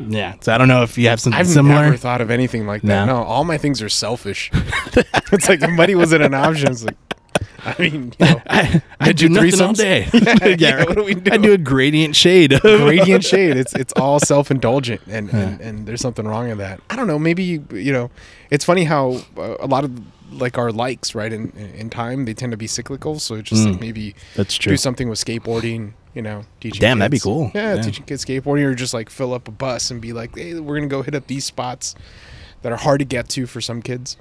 Speaker 2: Yeah. So I don't know if you have something
Speaker 3: I've
Speaker 2: similar.
Speaker 3: never thought of anything like that.
Speaker 2: No.
Speaker 3: No, all my things are selfish. it's like if money wasn't an option, it's like, I mean, you know,
Speaker 2: I, I
Speaker 3: Did
Speaker 2: do
Speaker 3: you
Speaker 2: nothing all
Speaker 3: threesomes?
Speaker 2: day.
Speaker 3: Yeah, yeah, what do we
Speaker 2: I
Speaker 3: do?
Speaker 2: do a gradient shade. of-
Speaker 3: gradient shade. It's it's all self indulgent, and, and and there's something wrong in that. I don't know. Maybe you know, it's funny how uh, a lot of like our likes, right? In in time, they tend to be cyclical. So it's just like maybe
Speaker 2: Mm. That's
Speaker 3: Do
Speaker 2: true.
Speaker 3: something with skateboarding. You know, teaching.
Speaker 2: Damn, that'd be
Speaker 3: kids-
Speaker 2: cool.
Speaker 3: Yeah,
Speaker 2: Yeah.
Speaker 3: teaching kids skateboarding, or just like fill up a bus and be like, hey, we're gonna go hit up these spots that are hard to get to for some kids.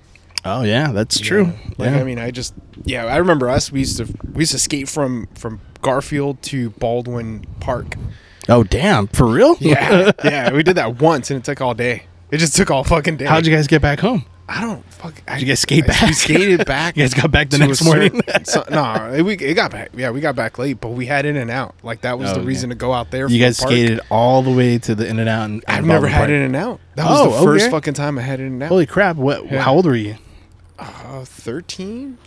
Speaker 2: Oh yeah, that's true.
Speaker 3: Yeah. Like
Speaker 2: yeah.
Speaker 3: I mean, I just yeah, I remember us. We used to we used to skate from from Garfield to Baldwin Park.
Speaker 2: oh damn, for real?
Speaker 3: Yeah, yeah, we did that once, and it took all day. It just took all fucking day.
Speaker 2: How'd you guys get back home?
Speaker 3: I don't fuck. I,
Speaker 2: Did you guys skate
Speaker 3: I-
Speaker 2: back?
Speaker 3: We skated back.
Speaker 2: You guys got back the
Speaker 3: to a
Speaker 2: next
Speaker 3: certain-
Speaker 2: morning?
Speaker 3: so, no, we it got back. Yeah, we got back late, but we had in and out. Like that was
Speaker 2: Oh,
Speaker 3: the
Speaker 2: okay.
Speaker 3: reason to go out there.
Speaker 2: You
Speaker 3: for
Speaker 2: guys
Speaker 3: the park.
Speaker 2: skated all the way to the In and Out. And
Speaker 3: I've never
Speaker 2: Baldwin
Speaker 3: had
Speaker 2: Park.
Speaker 3: in and out. That was
Speaker 2: Oh,
Speaker 3: the first
Speaker 2: okay.
Speaker 3: fucking time I had in and out.
Speaker 2: Holy crap! What?
Speaker 3: Yeah.
Speaker 2: How old were you?
Speaker 3: uh, thirteen.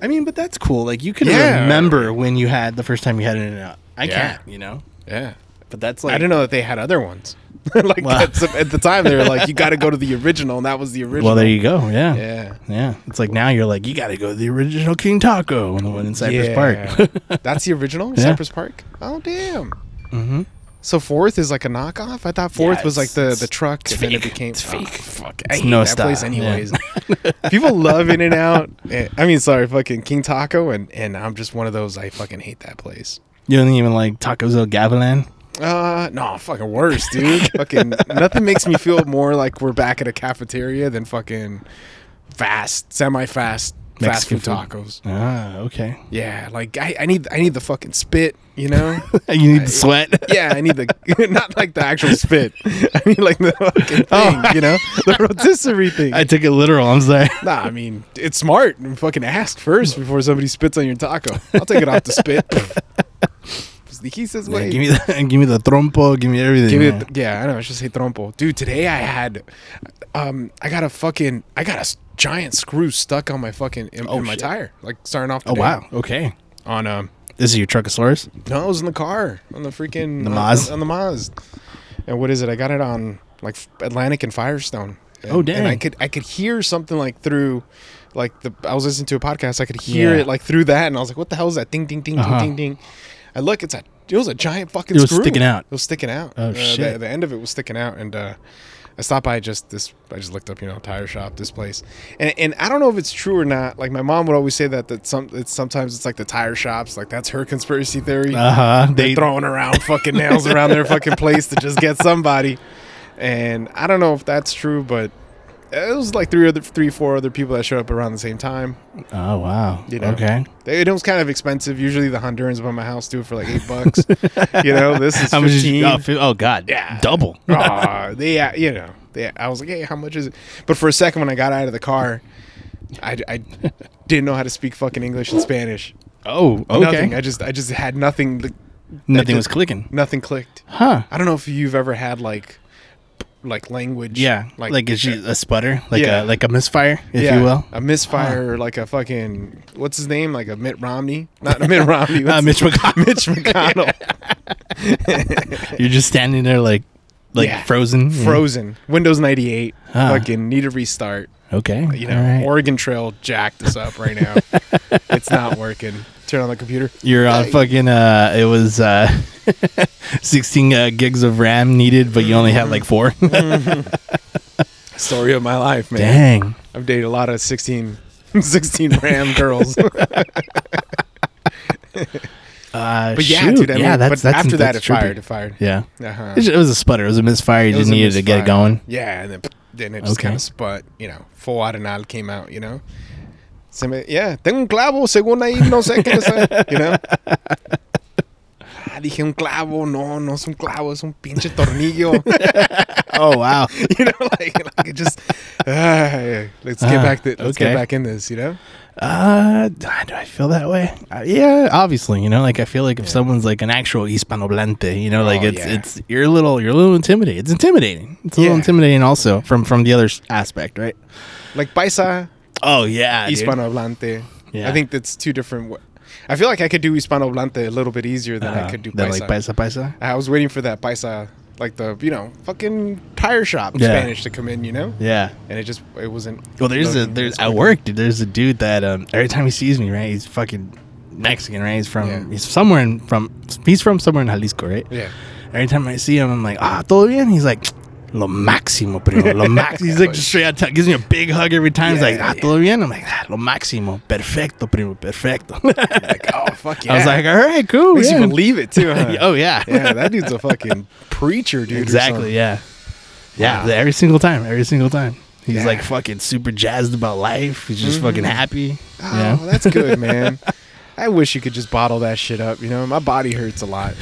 Speaker 2: I mean, but that's cool. Like you can
Speaker 3: Yeah.
Speaker 2: remember when you had the first time you had In and Out. I
Speaker 3: Yeah.
Speaker 2: can't, you know.
Speaker 3: Yeah.
Speaker 2: But that's like
Speaker 3: I didn't know that they had other ones. like
Speaker 2: Wow.
Speaker 3: at, some- at the time, they were like, "You got to go to the original," and that was the original.
Speaker 2: Well, there you go. Yeah.
Speaker 3: Yeah.
Speaker 2: Yeah. It's like now you're like you got to go to the original King Taco and the one in Cypress Park.
Speaker 3: Park. That's the original
Speaker 2: Yeah.
Speaker 3: Cypress Park. Oh damn. Mm-hmm. So fourth is like a knockoff. I thought fourth
Speaker 2: Yeah,
Speaker 3: was like
Speaker 2: it's-
Speaker 3: the the truck, and then it
Speaker 2: fake.
Speaker 3: became
Speaker 2: It's
Speaker 3: oh,
Speaker 2: fake.
Speaker 3: fuck, I
Speaker 2: It's
Speaker 3: hate
Speaker 2: no
Speaker 3: that place
Speaker 2: style, yeah.
Speaker 3: anyways. People love In and Out. I mean, sorry, fucking King Taco, and and I'm just one of those. I fucking hate that place.
Speaker 2: you don't even like Tacos El Gavilan.
Speaker 3: Uh, no, fucking worse, dude. fucking nothing makes me feel more like we're back at a cafeteria than fucking fast, semi-fast fast
Speaker 2: Mexican
Speaker 3: food
Speaker 2: food.
Speaker 3: tacos.
Speaker 2: Ah, okay.
Speaker 3: Yeah, like I, I need I need the fucking spit, you know.
Speaker 2: you need to sweat.
Speaker 3: Yeah, I need the not like the actual spit. I mean like the fucking thing, you know, Oh. the rotisserie thing.
Speaker 2: I took it literal. I'm sorry.
Speaker 3: nah, I mean it's smart. and Fucking ask first before somebody spits on your taco. I'll take it off the spit. he says,
Speaker 2: Yeah,
Speaker 3: "Wait,
Speaker 2: give me the give me the trompo. Give me everything.
Speaker 3: Give me
Speaker 2: man.
Speaker 3: the th- yeah, I know. I should say trompo, dude. Today I had, um, I got a fucking, I got a s- giant screw stuck on my fucking in, in my
Speaker 2: Oh, shit.
Speaker 3: tire. Like starting off.
Speaker 2: oh
Speaker 3: today
Speaker 2: wow. Okay.
Speaker 3: On um,
Speaker 2: This is your Truckosaurus.
Speaker 3: no, it was in the car on the freaking
Speaker 2: The
Speaker 3: on-
Speaker 2: Maz?
Speaker 3: on, the Maz. And what is it? I got it on like F- Atlantic and Firestone. And,
Speaker 2: Oh,
Speaker 3: And I
Speaker 2: dang.
Speaker 3: could I could hear something like through, like the I was listening to a podcast. I could hear
Speaker 2: Yeah.
Speaker 3: it like through that, and I was like, "What the hell is that? Ding ding ding
Speaker 2: Uh-huh.
Speaker 3: ding ding ding." I look, it's a it was a giant fucking.
Speaker 2: It was
Speaker 3: screw.
Speaker 2: sticking out.
Speaker 3: It was sticking out. Uh,
Speaker 2: Oh,
Speaker 3: the-
Speaker 2: shit.
Speaker 3: The, end of it was sticking out, and uh, I stopped by just this. I just looked up, you know, tire shop, this place, and and I don't know if it's true or not. Like my mom would always say that that some it's sometimes it's like the tire shops, like that's her conspiracy theory
Speaker 2: Uh huh.
Speaker 3: they
Speaker 2: They
Speaker 3: throwing around fucking nails around their fucking place to just get somebody. And I don't know if that's true, but it was like three other three four other people that showed up around the same time.
Speaker 2: Oh wow.
Speaker 3: You know.
Speaker 2: Okay.
Speaker 3: They, it was kind of expensive. Usually the Hondurans by my house do it for like eight bucks. you know, this is
Speaker 2: How much? Is,
Speaker 3: fifteen.
Speaker 2: oh, fi- oh god.
Speaker 3: Yeah.
Speaker 2: Double.
Speaker 3: Aw, they, uh, you know, they, I was like, hey, how much is it? But for a second, when I got out of the car, I, I didn't know how to speak fucking English and Spanish.
Speaker 2: Oh. Okay.
Speaker 3: Nothing. I just, I just had nothing. like,
Speaker 2: Nothing
Speaker 3: I
Speaker 2: was
Speaker 3: just-
Speaker 2: clicking.
Speaker 3: Nothing clicked.
Speaker 2: Huh.
Speaker 3: I don't know if you've ever had like like language.
Speaker 2: Yeah. Like, is she a sputter? Like
Speaker 3: Yeah.
Speaker 2: a like a misfire, if
Speaker 3: yeah, Uh,
Speaker 2: you will. Uh,
Speaker 3: A misfire, or like a fucking what's his name? Like a Mitt Romney. Not a Mitt Romney.
Speaker 2: Uh,
Speaker 3: what's-
Speaker 2: Mitch McConnell.
Speaker 3: Mitch McConnell.
Speaker 2: You're just standing there like like
Speaker 3: Yeah.
Speaker 2: frozen.
Speaker 3: Frozen. Windows ninety eight.
Speaker 2: Ah.
Speaker 3: Fucking need a restart.
Speaker 2: Okay.
Speaker 3: You know, Oregon Trail jacked us up right now. it's not working. Turn on the computer.
Speaker 2: You're on fucking. Uh, it was uh, 16 uh, gigs of RAM needed, but you only
Speaker 3: Mm-hmm.
Speaker 2: had like four.
Speaker 3: Story of my life, man.
Speaker 2: Dang.
Speaker 3: I've dated a lot of 16, 16 Ram girls.
Speaker 2: Uh,
Speaker 3: But yeah,
Speaker 2: shoot.
Speaker 3: dude. I
Speaker 2: yeah,
Speaker 3: mean, but
Speaker 2: that's that's
Speaker 3: after that, it
Speaker 2: that's trippy.
Speaker 3: fired. It fired.
Speaker 2: Yeah,
Speaker 3: Uh-huh.
Speaker 2: It's- it was a sputter. It was a misfire. You
Speaker 3: It was
Speaker 2: just
Speaker 3: a
Speaker 2: needed to get it
Speaker 3: misfire.
Speaker 2: going.
Speaker 3: Yeah, and then, then it just
Speaker 2: Okay.
Speaker 3: kind of sput, you know, full arenal came out, you know. Se me, yeah, tengo un clavo, según ahí, no sé qué es, eh, you know. Ah, dije un clavo, no, no es un clavo, es un pinche tornillo.
Speaker 2: Oh wow.
Speaker 3: you know, like, like it just, ah, yeah, let's get
Speaker 2: Ah,
Speaker 3: back, to, let's
Speaker 2: okay.
Speaker 3: get back in this, you know.
Speaker 2: Uh, do I feel that way? Uh, yeah, obviously. You know, like I feel like if someone's like an actual hispanohablante, you know, like
Speaker 3: Oh,
Speaker 2: it's
Speaker 3: yeah.
Speaker 2: it's you're a little you're a little intimidating. It's intimidating. It's a little
Speaker 3: Yeah.
Speaker 2: intimidating also from from the other s- aspect, right?
Speaker 3: Like paisa,
Speaker 2: Oh yeah, dude.
Speaker 3: hispanohablante.
Speaker 2: Yeah.
Speaker 3: I think that's two different. Wa- I feel like I could do hispanohablante a little bit easier than
Speaker 2: Uh,
Speaker 3: I could do
Speaker 2: that,
Speaker 3: paisa.
Speaker 2: like paisa paisa.
Speaker 3: I was waiting for that paisa, like the you know fucking tire shop
Speaker 2: Yeah.
Speaker 3: Spanish to come in, you know,
Speaker 2: Yeah.
Speaker 3: and it just it wasn't.
Speaker 2: Well, there's a
Speaker 3: loading
Speaker 2: there's
Speaker 3: as
Speaker 2: at
Speaker 3: quickly.
Speaker 2: work, dude. There's a dude that um, every time he sees me, right, he's fucking Mexican, right? He's from
Speaker 3: Yeah.
Speaker 2: he's somewhere in from he's from somewhere in Jalisco, right?
Speaker 3: Yeah.
Speaker 2: Every time I see him, I'm like, ah, todo bien. He's like, lo máximo, primo, lo máximo. He's like just straight out, gives me a big hug every time. he's
Speaker 3: Yeah,
Speaker 2: like, ah, todo bien. I'm like, ah, lo máximo, perfecto, primo, perfecto.
Speaker 3: Oh fuck yeah!
Speaker 2: I was like, all right, cool.
Speaker 3: makes
Speaker 2: yeah.
Speaker 3: you believe it too. Huh?
Speaker 2: oh yeah,
Speaker 3: yeah, that dude's a fucking preacher, dude. or something.
Speaker 2: exactly, yeah, yeah.
Speaker 3: Wow.
Speaker 2: Every single time, every single time. He's
Speaker 3: Yeah. Mm-hmm.
Speaker 2: like fucking super jazzed about life. He's just fucking happy.
Speaker 3: Oh, that's good, man. I wish you could just bottle that shit up. You know, my body hurts a lot.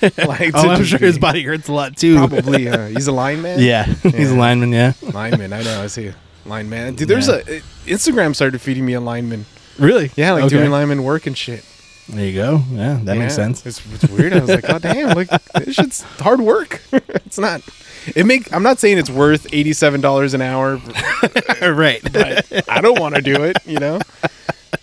Speaker 3: Like,
Speaker 2: Oh,
Speaker 3: to
Speaker 2: I'm
Speaker 3: just
Speaker 2: sure
Speaker 3: be-
Speaker 2: his body hurts a lot too.
Speaker 3: Probably, uh, he's a lineman.
Speaker 2: Yeah, he's a lineman. Yeah,
Speaker 3: lineman. I know. I see a lineman. Dude, there's
Speaker 2: Yeah.
Speaker 3: a uh, Instagram started feeding me a lineman.
Speaker 2: really?
Speaker 3: Yeah, like
Speaker 2: Okay.
Speaker 3: doing lineman work and shit.
Speaker 2: There you go. Yeah, that makes
Speaker 3: Yeah,
Speaker 2: sense.
Speaker 3: It's, it's weird. I was like, oh damn, like this shit's hard work. it's not. It make. I'm not saying it's worth eighty seven dollars an hour.
Speaker 2: right.
Speaker 3: But I don't want to do it. You know.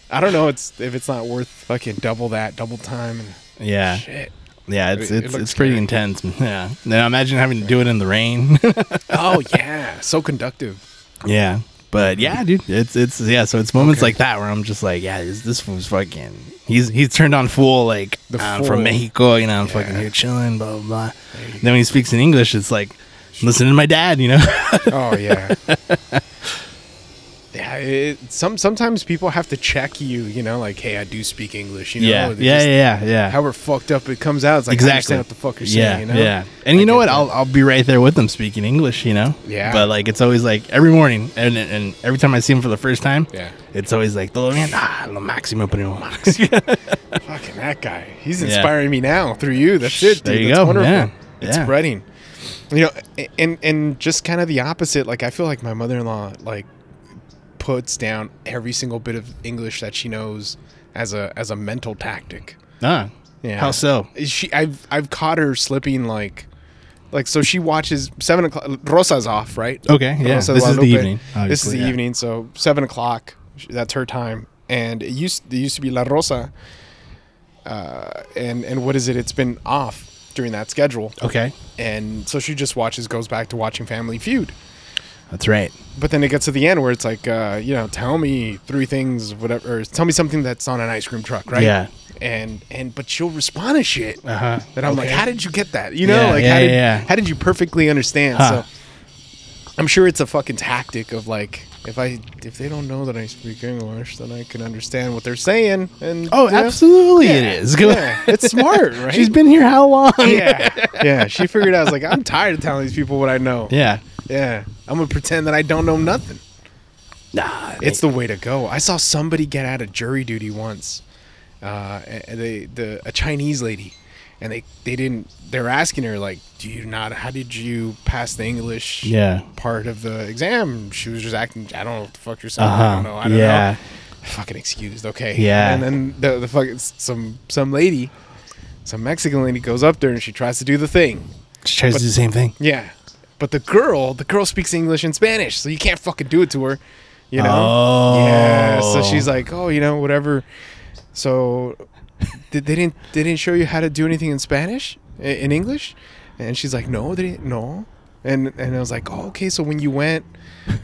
Speaker 3: I don't know. It's if it's not worth fucking double that, double time and
Speaker 2: Yeah,
Speaker 3: shit.
Speaker 2: yeah. It's
Speaker 3: It- it
Speaker 2: it's,
Speaker 3: looks
Speaker 2: it's pretty
Speaker 3: scary.
Speaker 2: intense. Yeah. Now imagine having to do it in the rain.
Speaker 3: Oh yeah, so conductive.
Speaker 2: yeah. But yeah, dude, it's it's yeah. So it's moments
Speaker 3: Okay.
Speaker 2: like that where I'm just like, yeah, this this fool's fucking. He's he's turned on fool like
Speaker 3: The
Speaker 2: I'm
Speaker 3: fool.
Speaker 2: from Mexico, you know. I'm fucking
Speaker 3: Yeah.
Speaker 2: here chilling, blah blah blah. Then when he speaks in English, it's like listening to my dad, you know.
Speaker 3: Oh yeah. Yeah, it, some sometimes people have to check you, you know, like, hey, I do speak English, you know.
Speaker 2: yeah,
Speaker 3: they
Speaker 2: yeah,
Speaker 3: just-
Speaker 2: yeah, yeah.
Speaker 3: However fucked up it comes out, it's like I understand what the fuck you're saying,
Speaker 2: yeah,
Speaker 3: you know.
Speaker 2: Yeah, and
Speaker 3: I
Speaker 2: you know
Speaker 3: get
Speaker 2: what?
Speaker 3: that.
Speaker 2: I'll I'll be right there with them speaking English. You know.
Speaker 3: Yeah.
Speaker 2: But like, it's always like every morning, and and every time I see him for the first time,
Speaker 3: Yeah.
Speaker 2: it's always like the man, ah, lo maximo primo max. yeah.
Speaker 3: Fucking that guy. He's
Speaker 2: Yeah.
Speaker 3: inspiring me now through you. That's it, dude.
Speaker 2: There you
Speaker 3: That's
Speaker 2: go.
Speaker 3: wonderful.
Speaker 2: Yeah.
Speaker 3: It's
Speaker 2: Yeah.
Speaker 3: spreading. You know, a- and and just kind of the opposite. Like I feel like my mother in law like puts down every single bit of English that she knows as a as a mental tactic.
Speaker 2: Ah,
Speaker 3: Yeah.
Speaker 2: How so?
Speaker 3: She I've I've caught her slipping like like so she watches seven o'clock Rosa's off, right?
Speaker 2: Okay, yeah.
Speaker 3: Rosa
Speaker 2: This is the
Speaker 3: Guadalupe.
Speaker 2: evening,
Speaker 3: This is
Speaker 2: obviously,
Speaker 3: the
Speaker 2: yeah.
Speaker 3: evening, so seven o'clock that's her time. And it used it used to be La Rosa. Uh, and and what is it? It's been off during that schedule.
Speaker 2: Okay,
Speaker 3: And so she just watches goes back to watching Family Feud.
Speaker 2: that's right.
Speaker 3: But then it gets to the end where it's like, uh, you know, tell me three things, whatever. Or tell me something that's on an ice cream truck, right?
Speaker 2: Yeah.
Speaker 3: And and but she'll respond to shit
Speaker 2: Uh-huh.
Speaker 3: that I'm like, how did you get that? You know,
Speaker 2: Yeah,
Speaker 3: like
Speaker 2: yeah,
Speaker 3: how did
Speaker 2: yeah, yeah.
Speaker 3: how did you perfectly understand?
Speaker 2: Huh.
Speaker 3: So I'm sure it's a fucking tactic of like, if I if they don't know that I speak English, then I can understand what they're saying. And
Speaker 2: Oh,
Speaker 3: you know?
Speaker 2: absolutely, it is.
Speaker 3: Yeah, it's smart, right?
Speaker 2: She's been here how long?
Speaker 3: yeah, yeah. She figured out. I was like, I'm tired of telling these people what I know.
Speaker 2: yeah.
Speaker 3: yeah. I'm gonna pretend that I don't know nothing.
Speaker 2: Nah,
Speaker 3: It's the way to go. I saw somebody get out of jury duty once. Uh, and they the a Chinese lady, and they they didn't. They're asking her like, "Do you not? How did you pass the English
Speaker 2: Yeah.
Speaker 3: part of the exam?" She was just acting. I don't know what the fuck you're saying. I
Speaker 2: Uh
Speaker 3: don't
Speaker 2: huh.
Speaker 3: know. I don't
Speaker 2: Yeah.
Speaker 3: know. Fucking excused. Okay.
Speaker 2: Yeah.
Speaker 3: And then the the fucking some some lady, some Mexican lady goes up there and she tries to do the thing.
Speaker 2: She tries to do the same thing.
Speaker 3: Yeah. But the girl, the girl speaks English and Spanish, so you can't fucking do it to her. You know?
Speaker 2: Oh.
Speaker 3: Yeah. So she's like, oh, you know, whatever. So did, they didn't they didn't show you how to do anything in Spanish I- in English, and she's like, no, they didn't. No. And and I was like, oh, okay. So when you went,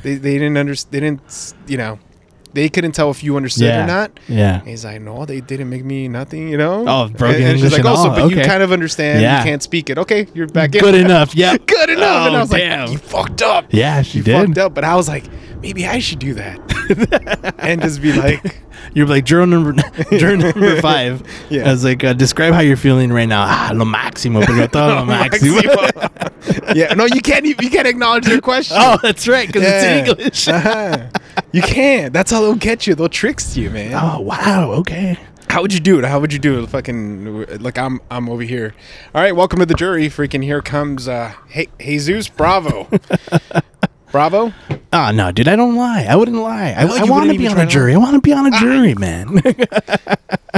Speaker 3: they, they didn't understand. They didn't, s- you know, they couldn't tell if you understood
Speaker 2: Yeah.
Speaker 3: or not.
Speaker 2: Yeah.
Speaker 3: And he's like, no, they didn't make me nothing, you know.
Speaker 2: Oh, broken
Speaker 3: and, and
Speaker 2: English
Speaker 3: she's like,
Speaker 2: and
Speaker 3: oh, so
Speaker 2: all,
Speaker 3: but you
Speaker 2: okay.
Speaker 3: kind of understand.
Speaker 2: Yeah.
Speaker 3: You can't speak it. Okay, you're back in.
Speaker 2: Good enough. Yeah.
Speaker 3: Good enough. and
Speaker 2: Oh,
Speaker 3: I was
Speaker 2: damn.
Speaker 3: like, you fucked up.
Speaker 2: Yeah, she
Speaker 3: you
Speaker 2: did.
Speaker 3: fucked up. But I was like, maybe I should do that, and just be like,
Speaker 2: You're like journal number journal number five.
Speaker 3: Yeah.
Speaker 2: I was like, uh, describe how you're feeling right now. Ah, lo máximo, pero todo lo máximo.
Speaker 3: Maximo. yeah. No, you can't. even- You can't acknowledge their question.
Speaker 2: oh, that's right, because
Speaker 3: Yeah.
Speaker 2: it's in English.
Speaker 3: Uh-huh. You can't. That's how they'll get you. They'll trick you, man.
Speaker 2: oh wow, okay.
Speaker 3: How would you do it? How would you do it? Fucking like I'm I'm over here. All right, welcome to the jury. Freaking here comes uh hey, Jesus Bravo. Bravo.
Speaker 2: Ah, no, dude, I don't lie. I wouldn't lie. I,
Speaker 3: No, you
Speaker 2: I want
Speaker 3: wouldn't
Speaker 2: to be
Speaker 3: even
Speaker 2: on
Speaker 3: try
Speaker 2: a
Speaker 3: to Ah,
Speaker 2: jury. I want to be on a jury, man.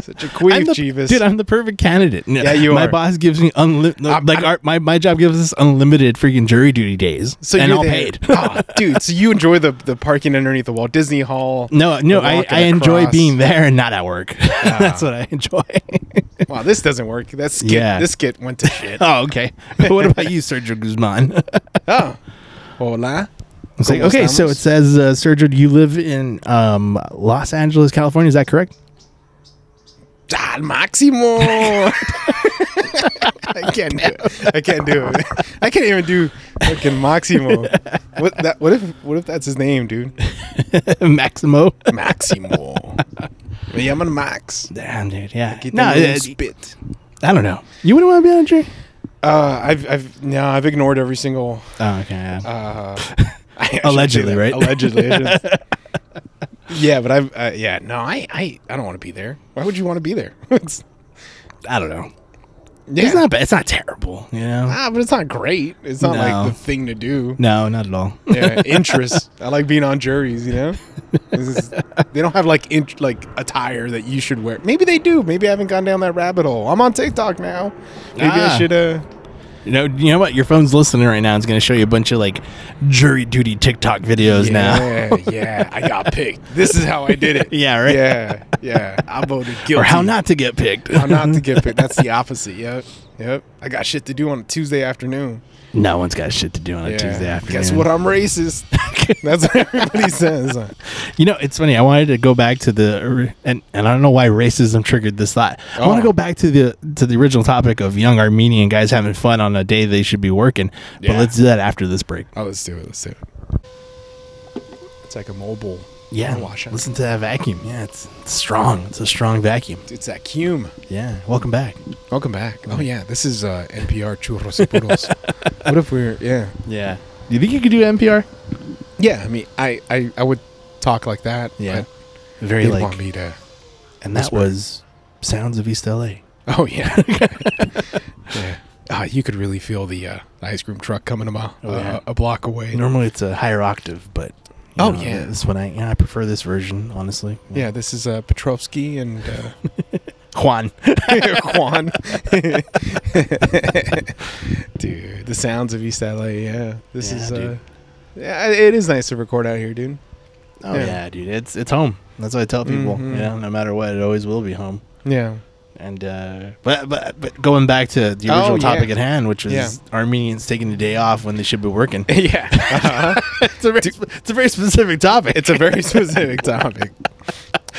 Speaker 3: Such a queef,
Speaker 2: I'm the,
Speaker 3: Jeeves.
Speaker 2: Dude, I'm the perfect candidate. Yeah,
Speaker 3: you
Speaker 2: my
Speaker 3: are.
Speaker 2: boss gives me unlimited.
Speaker 3: I'm-
Speaker 2: Like
Speaker 3: I'm-
Speaker 2: our, my my job gives us unlimited freaking jury duty days,
Speaker 3: so
Speaker 2: and
Speaker 3: you're
Speaker 2: all
Speaker 3: there.
Speaker 2: paid.
Speaker 3: Ah, dude, so you enjoy the, the parking underneath the Walt Disney Hall.
Speaker 2: No, no,
Speaker 3: the
Speaker 2: I,
Speaker 3: walking
Speaker 2: I enjoy
Speaker 3: across. Ah.
Speaker 2: being there and not at work. That's what I enjoy.
Speaker 3: Wow, this doesn't work. That skit,
Speaker 2: Yeah.
Speaker 3: this skit went to shit.
Speaker 2: oh, okay. what about you, Sergio Guzman?
Speaker 3: oh, hola.
Speaker 2: It's like,
Speaker 3: ¿Cómo
Speaker 2: okay, so
Speaker 3: estamos?
Speaker 2: it says, uh, Sergio, you live in um, Los Angeles, California. Is that correct?
Speaker 3: Al máximo. I can't do it. I can't do it. I can't even do fucking Maximo. What that? What if? What if that's his name, dude?
Speaker 2: Maximo.
Speaker 3: Maximo. Me llaman Max.
Speaker 2: Damn, dude. Yeah.
Speaker 3: Aquí
Speaker 2: No, uh,
Speaker 3: tengo un
Speaker 2: it-
Speaker 3: spit.
Speaker 2: I don't know. You wouldn't want to be on a jury?
Speaker 3: Uh, I've, I've, no, I've ignored every single.
Speaker 2: Oh, okay. yeah.
Speaker 3: Uh, I- I shouldn't say
Speaker 2: Allegedly,
Speaker 3: that.
Speaker 2: right?
Speaker 3: Allegedly. I shouldn't- yeah, but I've, uh, yeah, no, I, I, I don't want to be there. Why would you want to be there? it's,
Speaker 2: I don't know.
Speaker 3: yeah.
Speaker 2: It's not bad. It's not terrible, you know?
Speaker 3: ah, but it's not great. It's not
Speaker 2: No.
Speaker 3: like the thing to do.
Speaker 2: No, not at all.
Speaker 3: yeah, interests. I like being on juries. You know, this is, they don't have like int- like attire that you should wear. Maybe they do. Maybe I haven't gone down that rabbit hole. I'm on TikTok now. Maybe
Speaker 2: Ah.
Speaker 3: I should. Uh,
Speaker 2: You know, you know what? Your phone's listening right now. It's going to show you a bunch of like jury duty TikTok videos now.
Speaker 3: yeah, yeah. I got picked. This is how I did it.
Speaker 2: Yeah, right?
Speaker 3: Yeah, yeah. I voted guilty.
Speaker 2: Or how not to get picked.
Speaker 3: How not to get picked. That's the opposite. Yep, yep. I got shit to do on a Tuesday afternoon.
Speaker 2: no one's got shit to do on a
Speaker 3: Yeah.
Speaker 2: Tuesday afternoon.
Speaker 3: Guess what? I'm racist. That's what everybody says. Uh,
Speaker 2: You know, it's funny. I wanted to go back to the and and I don't know why racism triggered this thought. I want
Speaker 3: Oh.
Speaker 2: to go back to the to the original topic of young Armenian guys having fun on a day they should be working. But
Speaker 3: Yeah.
Speaker 2: let's do that after this break.
Speaker 3: Oh, let's do it. Let's do it. It's like a mobile.
Speaker 2: Yeah,
Speaker 3: car wash.
Speaker 2: listen to that vacuum. Yeah, it's, it's strong. It's a strong vacuum.
Speaker 3: It's that cume.
Speaker 2: Yeah, welcome back.
Speaker 3: Welcome back. Oh yeah, this is uh, NPR churros y puros. what if we're yeah
Speaker 2: Yeah, do you think you could do NPR?
Speaker 3: yeah? I mean, I I, I would talk like that.
Speaker 2: Yeah,
Speaker 3: but
Speaker 2: very
Speaker 3: they
Speaker 2: like,
Speaker 3: want me to.
Speaker 2: and that
Speaker 3: whisper.
Speaker 2: was Sounds of East LA.
Speaker 3: Oh yeah. yeah. Uh, you could really feel the uh, ice cream truck coming a mile,
Speaker 2: Oh,
Speaker 3: uh,
Speaker 2: yeah.
Speaker 3: a block away.
Speaker 2: Normally it's a higher octave, but you
Speaker 3: Oh,
Speaker 2: know,
Speaker 3: yeah.
Speaker 2: this one I yeah, I prefer this version honestly.
Speaker 3: Yeah, this is uh, Petrovsky and uh,
Speaker 2: Juan.
Speaker 3: Juan. dude, the sounds of East LA. Yeah, this
Speaker 2: Yeah,
Speaker 3: is. Uh,
Speaker 2: dude.
Speaker 3: yeah, it is nice to record out here, dude.
Speaker 2: Oh yeah. Mm-hmm.
Speaker 3: Yeah.
Speaker 2: dude, it's it's home. That's what I tell people.
Speaker 3: Mhm.
Speaker 2: Yeah, no matter what, it always will be home.
Speaker 3: Yeah.
Speaker 2: And uh, but but but going back to the
Speaker 3: Oh,
Speaker 2: original
Speaker 3: yeah.
Speaker 2: topic at hand, which is
Speaker 3: Yeah.
Speaker 2: Armenians taking the day off when they should be working.
Speaker 3: yeah. Uh-huh.
Speaker 2: it's a very sp- it's a very specific topic.
Speaker 3: It's a very specific topic.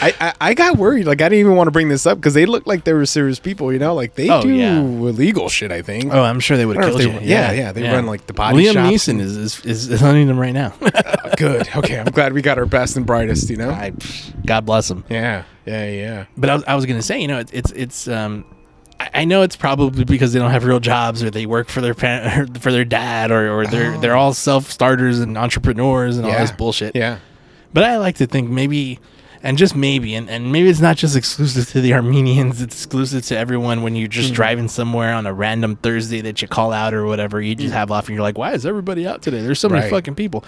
Speaker 3: I, I, I got worried. Like I didn't even want to bring this up because they look like they were serious people. You know, like they
Speaker 2: Oh,
Speaker 3: do
Speaker 2: yeah.
Speaker 3: illegal shit. I think.
Speaker 2: oh, I'm sure they would
Speaker 3: I don't
Speaker 2: kill
Speaker 3: know if
Speaker 2: you.
Speaker 3: they- yeah, yeah, they run, like, the body
Speaker 2: Liam
Speaker 3: shops
Speaker 2: Neeson
Speaker 3: and-
Speaker 2: is, is is is hunting them right now.
Speaker 3: Good. Okay, I'm glad we got our best and brightest. You know.
Speaker 2: I, God bless him.
Speaker 3: yeah. Yeah. Yeah.
Speaker 2: But I was, I was gonna say, you know, it's it's it's um, I, I know it's probably because they don't have real jobs or they work for their parent, for their dad or, or they're they're all self starters and entrepreneurs and all
Speaker 3: Oh. Yeah.
Speaker 2: this Oh, bullshit.
Speaker 3: Yeah.
Speaker 2: But I like to think maybe, and just maybe, and, and maybe it's not just exclusive to the Armenians, it's exclusive to everyone when you're
Speaker 3: Hmm.
Speaker 2: just driving somewhere on a random Thursday that you call out or whatever, you just have off and you're like, why is everybody out today? There's so many
Speaker 3: Hmm. Right.
Speaker 2: fucking people.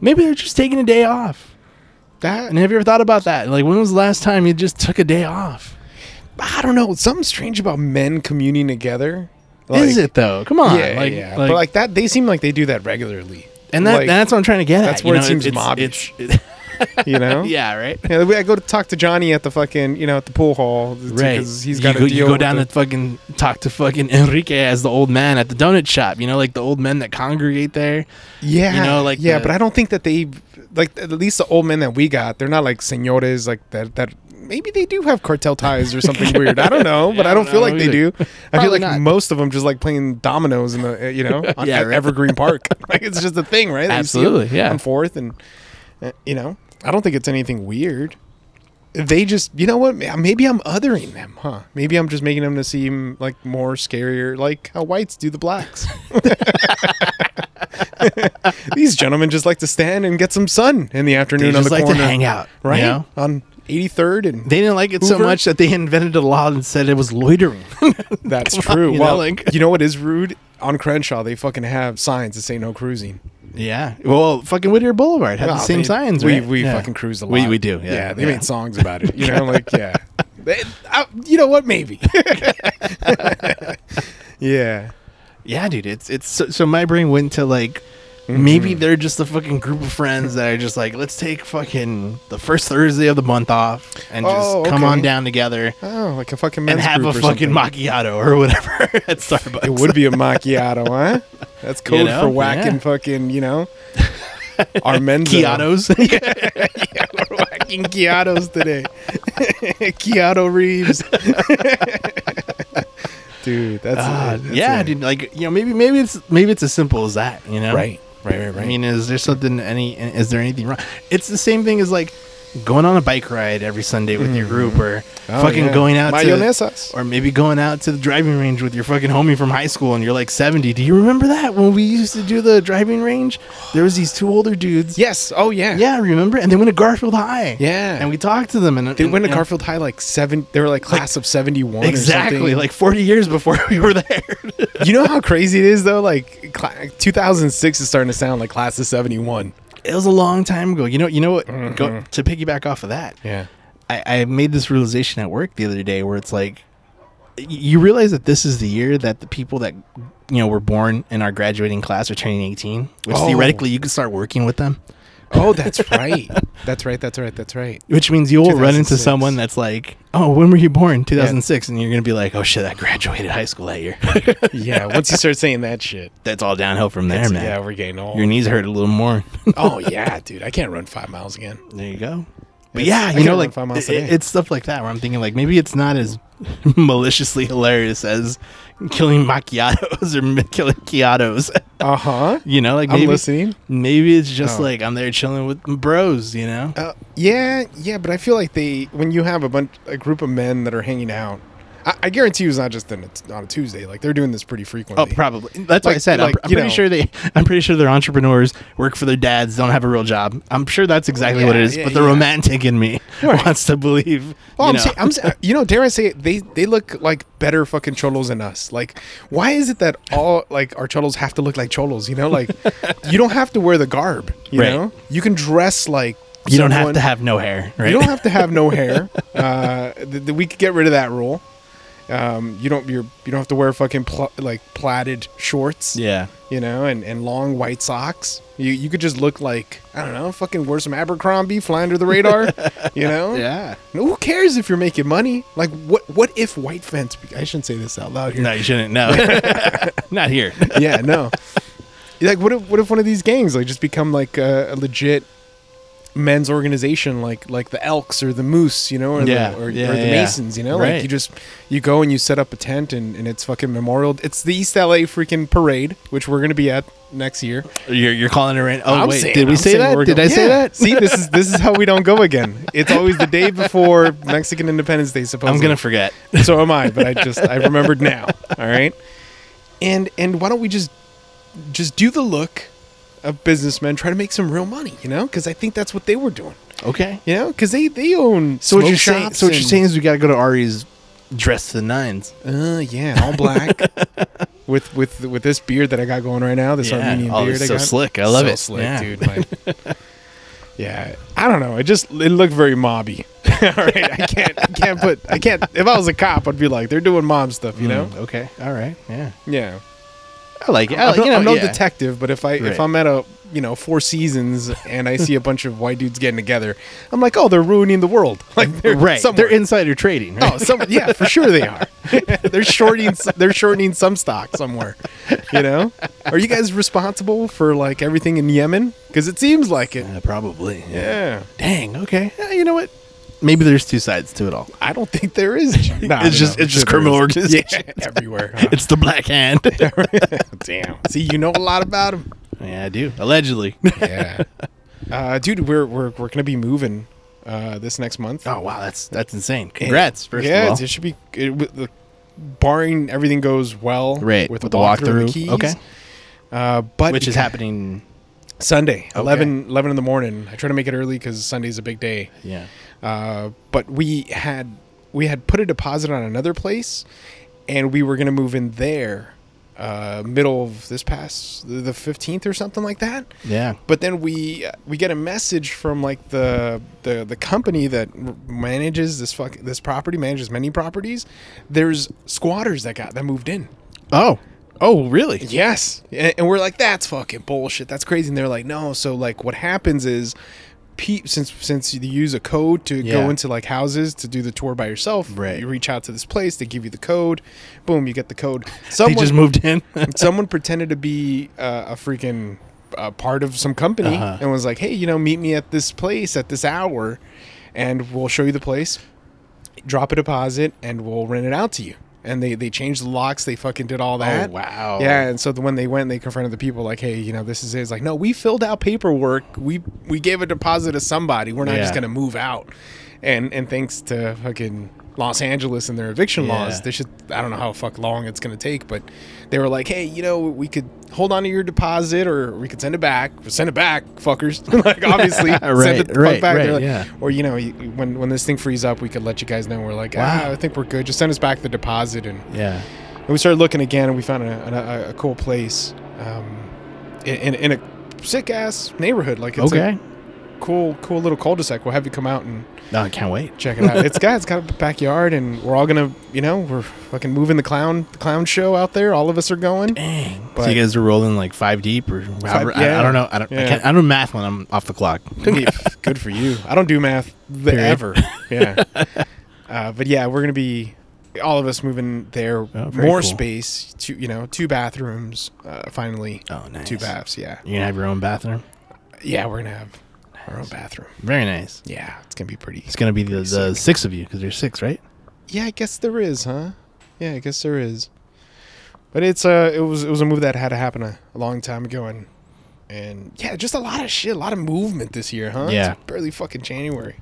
Speaker 2: Maybe they're just taking a day off.
Speaker 3: That
Speaker 2: And have you ever thought about that? Like, when was the last time you just took a day off?
Speaker 3: I don't know. Something strange about men communing together. Like,
Speaker 2: is it though? Come on.
Speaker 3: Yeah.
Speaker 2: like,
Speaker 3: yeah.
Speaker 2: Like,
Speaker 3: but like that, they seem like they do that regularly.
Speaker 2: and that,
Speaker 3: like,
Speaker 2: that's what I'm trying to get
Speaker 3: that's
Speaker 2: at.
Speaker 3: where it
Speaker 2: know,
Speaker 3: seems
Speaker 2: it's- it's-
Speaker 3: you know.
Speaker 2: yeah, right?
Speaker 3: Yeah, the way I go to talk to Johnny at the fucking, you know, at the pool hall. it's
Speaker 2: Right.
Speaker 3: Because he's
Speaker 2: You
Speaker 3: got to
Speaker 2: go,
Speaker 3: deal
Speaker 2: you go
Speaker 3: with
Speaker 2: down
Speaker 3: the-
Speaker 2: and fucking talk to fucking Enrique as the old man at the donut shop. You know, like the old men that congregate there.
Speaker 3: Yeah,
Speaker 2: You know, like
Speaker 3: yeah,
Speaker 2: the-
Speaker 3: but I don't think that they like at least the old men that we got. They're not like senores like that. That maybe they do have cartel ties or something weird. I don't know, but
Speaker 2: Yeah,
Speaker 3: I don't
Speaker 2: I
Speaker 3: feel
Speaker 2: don't
Speaker 3: like
Speaker 2: know
Speaker 3: they do.
Speaker 2: either.
Speaker 3: I feel
Speaker 2: Probably
Speaker 3: like
Speaker 2: not.
Speaker 3: most of them just like playing dominoes in the uh, you know on,
Speaker 2: Yeah,
Speaker 3: at
Speaker 2: right.
Speaker 3: Evergreen Park. like it's just a thing, right? that you see
Speaker 2: Absolutely, yeah.
Speaker 3: on Fourth and uh, you know, I don't think it's anything weird. They just, you know what? ma- Maybe I'm othering them, huh? Maybe I'm just making them to seem like more scarier, like how whites do the blacks. These gentlemen just like to stand and get some sun in the
Speaker 2: They
Speaker 3: afternoon on
Speaker 2: just
Speaker 3: the
Speaker 2: like
Speaker 3: corner,
Speaker 2: to hang out,
Speaker 3: right?
Speaker 2: You know?
Speaker 3: On 83rd and
Speaker 2: They didn't like it so
Speaker 3: Hoover?
Speaker 2: much that they invented a law and said it was loitering.
Speaker 3: that's true.
Speaker 2: you know,
Speaker 3: well,
Speaker 2: like-
Speaker 3: you know what is rude? On Crenshaw, they fucking have signs that say no cruising.
Speaker 2: Yeah. Well, fucking Whittier Boulevard had
Speaker 3: Well,
Speaker 2: the
Speaker 3: Oh,
Speaker 2: same
Speaker 3: they-
Speaker 2: signs.
Speaker 3: We
Speaker 2: right?
Speaker 3: we
Speaker 2: Yeah.
Speaker 3: fucking cruised a lot.
Speaker 2: We we do. Yeah.
Speaker 3: Yeah, they made songs about it. You know, like yeah, They- I- you know what? Maybe. yeah.
Speaker 2: Yeah, dude. It's it's so, so my brain went to like
Speaker 3: Mm-hmm.
Speaker 2: maybe they're just a fucking group of friends that are just like let's take fucking the first Thursday of the month off and just
Speaker 3: Oh,
Speaker 2: come on
Speaker 3: okay.
Speaker 2: down together
Speaker 3: Oh, like a fucking men's
Speaker 2: and have a
Speaker 3: group or
Speaker 2: fucking
Speaker 3: something.
Speaker 2: macchiato or whatever at Starbucks.
Speaker 3: It would be a macchiato, huh? That's code
Speaker 2: know?
Speaker 3: for whacking
Speaker 2: Yeah.
Speaker 3: fucking. You know, our men's
Speaker 2: Kiatos.
Speaker 3: We're whacking Keatos today. Keato Reeves. dude, that's
Speaker 2: Ah,
Speaker 3: it. That's
Speaker 2: yeah,
Speaker 3: it.
Speaker 2: dude. Like you know, maybe maybe it's maybe it's as simple as that. You know,
Speaker 3: Right, right, right, right.
Speaker 2: I mean, is there something any? Is there anything wrong? It's the same thing as like going on a bike ride every Sunday with your group, or
Speaker 3: Oh,
Speaker 2: fucking
Speaker 3: yeah.
Speaker 2: going out
Speaker 3: Mayonesas.
Speaker 2: to, or maybe going out to the driving range with your fucking homie from high school, and you're like seventy. Do you remember that when we used to do the driving range? There was these two older dudes.
Speaker 3: yes. Oh yeah.
Speaker 2: yeah, remember? And they went to Garfield High.
Speaker 3: Yeah.
Speaker 2: and we talked to them, and
Speaker 3: They went to
Speaker 2: and-
Speaker 3: Garfield High like seven. They were like class of seventy one.
Speaker 2: Exactly, like forty years before we were there.
Speaker 3: you know how crazy it is though. Like cla 2006 is starting to sound like class of seventy one.
Speaker 2: it was a long time ago. You know, you know what? Go, to piggyback off of that,
Speaker 3: Yeah.
Speaker 2: I, I made this realization at work the other day where it's like, y- you realize that this is the year that the people that you know were born in our graduating class are turning eighteen, which
Speaker 3: Oh.
Speaker 2: theoretically you could start working with them,
Speaker 3: Oh, that's right. that's right. That's right. That's right.
Speaker 2: which means you will run into
Speaker 3: 2006.
Speaker 2: someone that's like, oh, when were you born? Two thousand six, and you're gonna be like, oh shit, I graduated high school that year.
Speaker 3: Yeah. Once you start saying that shit,
Speaker 2: that's all downhill from there, man.
Speaker 3: yeah, we're getting old.
Speaker 2: Your knees hurt a little more.
Speaker 3: oh yeah, dude. I can't run five miles again.
Speaker 2: There you go. But
Speaker 3: It's- I
Speaker 2: yeah, you
Speaker 3: can't
Speaker 2: know,
Speaker 3: run
Speaker 2: like
Speaker 3: five miles
Speaker 2: it-
Speaker 3: a day.
Speaker 2: it's stuff like that where I'm thinking like maybe it's not as maliciously hilarious as killing macchiatos or mi- killing kiatos.
Speaker 3: Uh huh.
Speaker 2: you know, like
Speaker 3: I'm
Speaker 2: maybe
Speaker 3: listening.
Speaker 2: maybe it's just
Speaker 3: Oh.
Speaker 2: like I'm there chilling with m- bros. You know,
Speaker 3: Uh, yeah, yeah, but I feel like they when you have a bunch a group of men that are hanging out, I, I guarantee you it's not just on a, on a Tuesday. Like they're doing this pretty frequently.
Speaker 2: oh, probably. That's what I
Speaker 3: Like-
Speaker 2: said. I'm,
Speaker 3: like,
Speaker 2: pr- I'm
Speaker 3: you
Speaker 2: pretty
Speaker 3: know.
Speaker 2: sure they. I'm pretty sure they're entrepreneurs, work for their dads, don't have a real job. I'm sure that's exactly what it
Speaker 3: yeah,
Speaker 2: is.
Speaker 3: yeah,
Speaker 2: but the
Speaker 3: yeah.
Speaker 2: romantic in me wants to believe.
Speaker 3: Well,
Speaker 2: you
Speaker 3: I'm,
Speaker 2: know.
Speaker 3: saying, I'm saying, you know, dare I say it, they they look like better fucking cholos than us. Like, why is it that all like our cholos have to look like cholos? You know, like you don't have to wear the garb. You
Speaker 2: Right.
Speaker 3: know, you can dress like
Speaker 2: you don't have
Speaker 3: someone-
Speaker 2: to have no hair, right?
Speaker 3: You don't have to have no hair. Uh, th- th- we could get rid of that rule. Um, you don't you're, you don't have to wear fucking pl- like plaited shorts.
Speaker 2: yeah.
Speaker 3: you know, and, and long white socks. You you could just look like I don't know, fucking wear some Abercrombie, fly under the radar, you know.
Speaker 2: Yeah.
Speaker 3: No, who cares if you're making money? Like what what if white fence? be- I shouldn't say this out loud here.
Speaker 2: No, you shouldn't. No, not here.
Speaker 3: yeah, no. Like what if what if one of these gangs like just become like a, a legit men's organization like like the Elks or the Moose, you know, or
Speaker 2: Yeah,
Speaker 3: the, or,
Speaker 2: yeah,
Speaker 3: or the
Speaker 2: yeah.
Speaker 3: Masons, you know?
Speaker 2: Right.
Speaker 3: Like you just you go and you set up a tent and, and it's fucking memorial. It's the East LA freaking parade, which we're gonna be at next year.
Speaker 2: You're, you're calling it right. Oh
Speaker 3: I'm
Speaker 2: wait,
Speaker 3: saying-
Speaker 2: did we
Speaker 3: I'm
Speaker 2: say
Speaker 3: saying
Speaker 2: that?
Speaker 3: we're
Speaker 2: Did
Speaker 3: go-
Speaker 2: I say
Speaker 3: Yeah.
Speaker 2: that?
Speaker 3: See, this is this is how we don't go again. It's always the day before Mexican Independence Day. Supposedly,
Speaker 2: I'm gonna forget.
Speaker 3: so am I, but I just I remembered now. All right, and and why don't we just just do the look of businessmen, try to make some real money, you know? Because I think that's what they were doing,
Speaker 2: Okay.
Speaker 3: you know? Because they they own
Speaker 2: So what
Speaker 3: smoke
Speaker 2: you're saying?
Speaker 3: shops
Speaker 2: So what you're
Speaker 3: and-
Speaker 2: saying is we gotta go to Ari's dress to the nines.
Speaker 3: Uh, yeah, all black with with with this beard that I got going right now. This
Speaker 2: Yeah,
Speaker 3: Armenian
Speaker 2: oh,
Speaker 3: beard.
Speaker 2: it's
Speaker 3: I
Speaker 2: so
Speaker 3: got.
Speaker 2: slick. I love
Speaker 3: so
Speaker 2: it.
Speaker 3: Slick,
Speaker 2: Yeah.
Speaker 3: dude. like- yeah, I don't know. It just it looked very mobby. all right, I can't I can't put I can't. If I was a cop, I'd be like, they're doing mob stuff, you know?
Speaker 2: Mm, Okay. All right. Yeah.
Speaker 3: Yeah.
Speaker 2: I like it. I
Speaker 3: I'm,
Speaker 2: like,
Speaker 3: no,
Speaker 2: Oh, you know,
Speaker 3: I'm no
Speaker 2: yeah.
Speaker 3: detective, but if I
Speaker 2: Right.
Speaker 3: if I'm at a you know Four Seasons and I see a bunch of white dudes getting together, I'm like, oh, they're ruining the world. Like they're
Speaker 2: Right.
Speaker 3: somewhere.
Speaker 2: They're insider trading. Right?
Speaker 3: Oh, some, yeah, for sure they are. they're shorting. They're shortening some stock somewhere. You know, are you guys responsible for like everything in Yemen? Because it seems like it.
Speaker 2: Yeah, probably.
Speaker 3: Yeah,
Speaker 2: Dang. Okay. Yeah, you know what? Maybe there's two sides to it all.
Speaker 3: I don't think there is. Nah,
Speaker 2: it's
Speaker 3: no,
Speaker 2: just
Speaker 3: no,
Speaker 2: it's just
Speaker 3: sure
Speaker 2: criminal
Speaker 3: there is.
Speaker 2: organization.
Speaker 3: Yeah, everywhere. huh?
Speaker 2: It's the black hand.
Speaker 3: Damn. See, you know a lot about them.
Speaker 2: yeah, I do. Allegedly.
Speaker 3: Yeah, uh, dude, we're we're we're gonna be moving uh, this next month.
Speaker 2: oh wow, that's that's insane. Congrats. First
Speaker 3: yeah,
Speaker 2: of all.
Speaker 3: it should be. It, with the, barring everything goes well,
Speaker 2: Right,
Speaker 3: With,
Speaker 2: with
Speaker 3: the
Speaker 2: the
Speaker 3: walkthrough, of
Speaker 2: walkthrough,
Speaker 3: the keys,
Speaker 2: okay.
Speaker 3: Uh, but
Speaker 2: Which is
Speaker 3: happening.
Speaker 2: happening.
Speaker 3: Sunday, eleven eleven 11, in the morning. I try to make it early because Sunday's a big day.
Speaker 2: Yeah.
Speaker 3: Uh, but we had we had put a deposit on another place, and we were going to move in there. uh, middle of this past the 15th or something like that
Speaker 2: Yeah.
Speaker 3: but then we we get a message from like the the, the company that r- manages this fuck this property manages many properties there's squatters that got that moved in
Speaker 2: Oh. Oh, really?
Speaker 3: Yes. And, and we're like, that's fucking bullshit. That's crazy. And they're like, no. So like, what happens is, pe- since since you use a code to
Speaker 2: Yeah.
Speaker 3: go into like houses to do the tour by yourself,
Speaker 2: Right.
Speaker 3: You reach out to this place, they give you the code, boom, you get the code.
Speaker 2: They
Speaker 3: Someone
Speaker 2: just moved in.
Speaker 3: someone pretended to be uh, a freaking uh, part of some company
Speaker 2: Uh-huh.
Speaker 3: and was like, hey, you know, meet me at this place at this hour, and we'll show you the place drop a deposit and we'll rent it out to you. And they, they changed the locks. They fucking did all that.
Speaker 2: Oh, wow.
Speaker 3: Yeah. And so the, when they went, they confronted the people like, hey, you know, this is it. It's like, no, we filled out paperwork. We we gave a deposit to somebody. We're not
Speaker 2: Yeah.
Speaker 3: just gonna move out. And and thanks to fucking Los Angeles and their eviction
Speaker 2: Yeah.
Speaker 3: laws, they should. I don't know how fuck long it's gonna take, but they were like, hey, you know, we could hold on to your deposit or we could send it back. Send it back, fuckers. like obviously,
Speaker 2: Right,
Speaker 3: send it the fuck
Speaker 2: right,
Speaker 3: back.
Speaker 2: right,
Speaker 3: They're like,
Speaker 2: yeah.
Speaker 3: or you know, you- when when this thing frees up, we could let you guys know. We're like,
Speaker 2: Wow.
Speaker 3: ah, I think we're good. Just send us back the deposit, and,
Speaker 2: Yeah.
Speaker 3: and we started looking again, and we found a, a, a cool place, um, in, in in a sick ass neighborhood. Like it's
Speaker 2: okay.
Speaker 3: a cool cool little cul-de-sac. We'll have you come out and
Speaker 2: No, I can't wait.
Speaker 3: check it out. it's got it's got a backyard, and we're all gonna you know we're fucking moving the clown the clown show out there. All of us are going.
Speaker 2: Dang.
Speaker 3: But-
Speaker 2: so you guys are rolling like five deep or however, I,
Speaker 3: yeah.
Speaker 2: I don't know. I don't,
Speaker 3: Yeah.
Speaker 2: I, can't, I don't math when I'm off the clock.
Speaker 3: Hey, good for you. I don't do math th-
Speaker 2: Period.
Speaker 3: ever. Yeah. Uh, but yeah, we're gonna be all of us moving there.
Speaker 2: Oh, very
Speaker 3: More
Speaker 2: cool.
Speaker 3: space. Two, you know, two bathrooms. Uh, finally,
Speaker 2: Oh, nice.
Speaker 3: two baths. Yeah.
Speaker 2: You're going to have your own bathroom?
Speaker 3: Yeah, we're gonna have our own bathroom.
Speaker 2: Very nice.
Speaker 3: Yeah, it's gonna be pretty.
Speaker 2: It's going to be the, the six of you because there's six, right?
Speaker 3: Yeah, I guess there is, huh? Yeah, I guess there is. But it's uh, it was it was a move that had to happen a, a long time ago, and and yeah, just a lot of shit, a lot of movement this year, huh?
Speaker 2: Yeah.
Speaker 3: It's barely fucking January.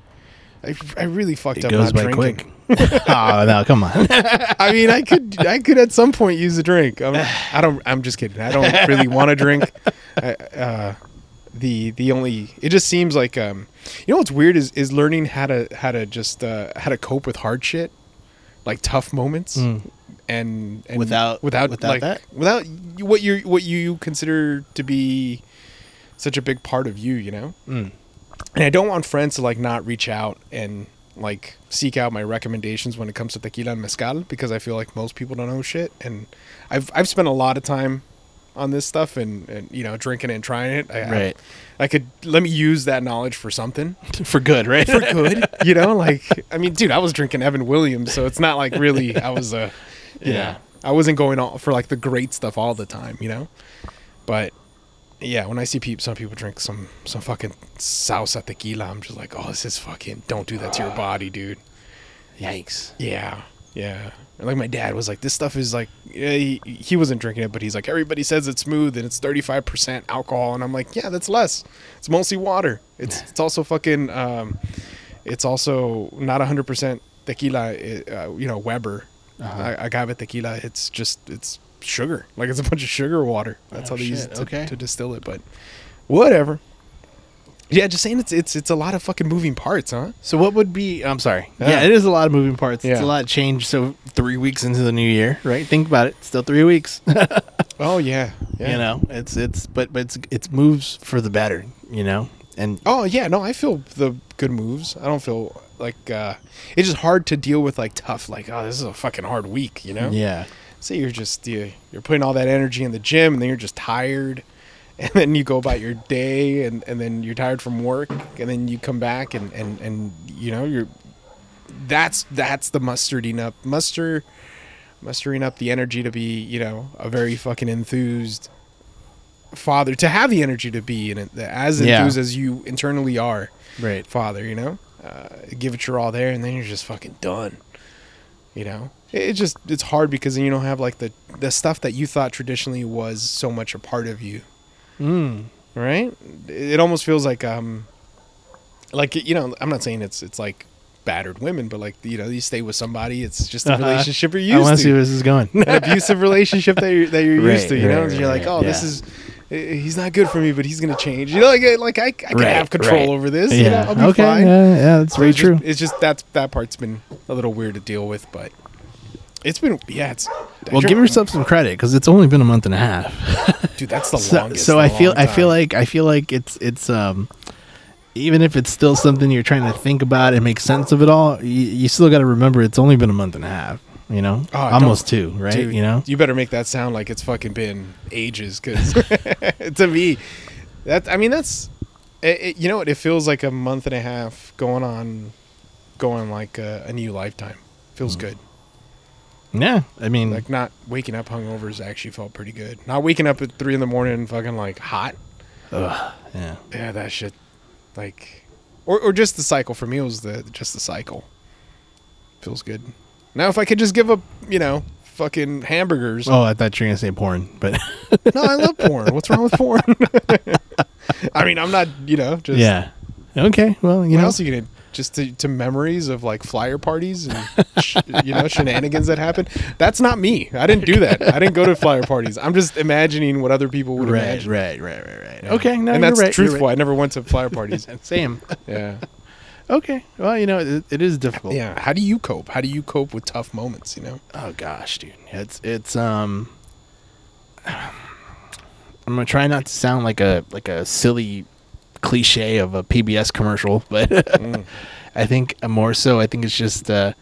Speaker 3: I, I really fucked
Speaker 2: It
Speaker 3: up.
Speaker 2: goes
Speaker 3: not
Speaker 2: by
Speaker 3: drinking.
Speaker 2: quick. oh, no, come on.
Speaker 3: I mean, I could, I could at some point use a drink. I'm, I don't. I'm just kidding. I don't really want to drink. I, uh, the the only it just seems like um, you know what's weird is is learning how to how to just uh, how to cope with hard shit, like tough moments, and, and
Speaker 2: Without-
Speaker 3: without
Speaker 2: without
Speaker 3: like,
Speaker 2: that?
Speaker 3: without what you what you consider to be such a big part of you. You know and I don't want friends to like not reach out and like seek out my recommendations when it comes to tequila and mezcal because I feel like most people don't know shit and I've I've spent a lot of time on this stuff and, and you know drinking it and trying it I, I-
Speaker 2: Right.
Speaker 3: I, could let me use that knowledge for something
Speaker 2: For good, right?
Speaker 3: for good you know like I mean dude I was drinking Evan Williams so it's not like really I was uh you
Speaker 2: Yeah.
Speaker 3: know I wasn't going all for like the great stuff all the time you know but yeah, when I see people, some people drink some some fucking salsa tequila, I'm just like, oh, this is fucking. Don't do that to your body, dude.
Speaker 2: Yikes.
Speaker 3: Yeah, yeah. And like my dad was like, this stuff is like, yeah, he, he wasn't drinking it, but he's like, everybody says it's smooth and it's 35% alcohol, and I'm like, yeah, that's less. It's mostly water. It's it's also fucking. Um, it's also not 100% tequila. it- Uh, you know, Weber,
Speaker 2: Uh-huh.
Speaker 3: uh agave tequila. It's just it's sugar. Like it's a bunch of sugar water. That's
Speaker 2: Oh,
Speaker 3: how they use
Speaker 2: shit,
Speaker 3: it to,
Speaker 2: okay.
Speaker 3: to distill it. But whatever. Yeah, just saying it's it's it's a lot of fucking moving parts, huh?
Speaker 2: So what would be? I'm sorry.
Speaker 3: Yeah.
Speaker 2: Yeah, it is a lot of moving parts. It's
Speaker 3: Yeah.
Speaker 2: a lot of change. So three weeks into the new year, right? Think about it. Still three weeks.
Speaker 3: Oh yeah, yeah.
Speaker 2: You know, it's it's but but it's it's moves for the better. You know, and
Speaker 3: Oh yeah, no, I feel the good moves. I don't feel like uh it's just hard to deal with like tough like oh this is a fucking hard week, you know?
Speaker 2: yeah,
Speaker 3: So you're just you, you're putting all that energy in the gym and then you're just tired and then you go about your day and and then you're tired from work and then you come back and and and you know, you're that's that's the mustarding up muster mustering up the energy to be, you know, a very fucking enthused father to have the energy to be in it as
Speaker 2: Yeah.
Speaker 3: enthused as you internally are
Speaker 2: right.
Speaker 3: father, you know? Uh, give it your all there, and then you're just fucking done. You know? It, it just, it's hard because then you don't have like the, the stuff that you thought traditionally was so much a part of you,
Speaker 2: Mm.
Speaker 3: right? It, it almost feels like, um, like, you know, I'm not saying it's, it's like battered women, but like, you know, you stay with somebody, it's just a
Speaker 2: Uh-huh.
Speaker 3: relationship you're used
Speaker 2: I want to
Speaker 3: to
Speaker 2: see where this is going.
Speaker 3: an abusive relationship that you're, that you're used
Speaker 2: Right,
Speaker 3: to, you know?
Speaker 2: right,
Speaker 3: And you're
Speaker 2: right,
Speaker 3: like, oh, this
Speaker 2: yeah.
Speaker 3: is, eh, he's not good for me, but he's gonna change. You know, like, like I, I can
Speaker 2: Right,
Speaker 3: have control
Speaker 2: right.
Speaker 3: over this. You know,
Speaker 2: yeah.
Speaker 3: I'll be
Speaker 2: okay.
Speaker 3: fine.
Speaker 2: Yeah. Yeah. That's very
Speaker 3: it's just-
Speaker 2: true.
Speaker 3: it's just that that part's been a little weird to deal with, but it's been yeah, it's that.
Speaker 2: Well,
Speaker 3: You're-
Speaker 2: give yourself some credit because it's only been a month and a half.
Speaker 3: dude, that's the
Speaker 2: So,
Speaker 3: longest.
Speaker 2: so
Speaker 3: in a
Speaker 2: I feel
Speaker 3: long
Speaker 2: I feel
Speaker 3: time.
Speaker 2: like I feel like it's it's um even if it's still something you're trying to think about and make sense of it all, you, you still got to remember it's only been a month and a half. You know,
Speaker 3: Oh, I don't-
Speaker 2: almost two, right?
Speaker 3: Dude,
Speaker 2: you know,
Speaker 3: you better make that sound like it's fucking been ages, because to me, that I mean, that's it, it- you know what it feels like a month and a half going on, going like a, a new lifetime. Feels
Speaker 2: Mm.
Speaker 3: good.
Speaker 2: yeah. I mean,
Speaker 3: Like not waking up hungover has actually felt pretty good. Not waking up at three in the morning and fucking like hot.
Speaker 2: ugh, yeah.
Speaker 3: Yeah, that shit. Like, or or just the cycle for me was the just the cycle. Feels good. Now if I could just give up, you know, fucking hamburgers.
Speaker 2: Oh, I thought you were gonna say porn, but
Speaker 3: No, I love porn. What's wrong with porn? I mean, I'm not, you know, just
Speaker 2: yeah. Okay, well, you
Speaker 3: What
Speaker 2: know,
Speaker 3: else are you gonna just to, to memories of like flyer parties and sh- you know shenanigans that happen? That's not me. I didn't do that. I didn't go to flyer parties. I'm just imagining what other people would
Speaker 2: right,
Speaker 3: imagine.
Speaker 2: right, right, right, right. Okay, no,
Speaker 3: and
Speaker 2: you're
Speaker 3: that's
Speaker 2: right, you're
Speaker 3: truthful.
Speaker 2: right.
Speaker 3: I never went to flyer parties.
Speaker 2: Same.
Speaker 3: yeah,
Speaker 2: Okay, well, you know, it, it is difficult.
Speaker 3: yeah. How do you cope? How do you cope with tough moments? You know,
Speaker 2: Oh gosh, dude, it's it's um. I'm gonna try not to sound like a like a silly cliche of a PBS commercial, but
Speaker 3: Mm.
Speaker 2: I think more so, I think it's just uh,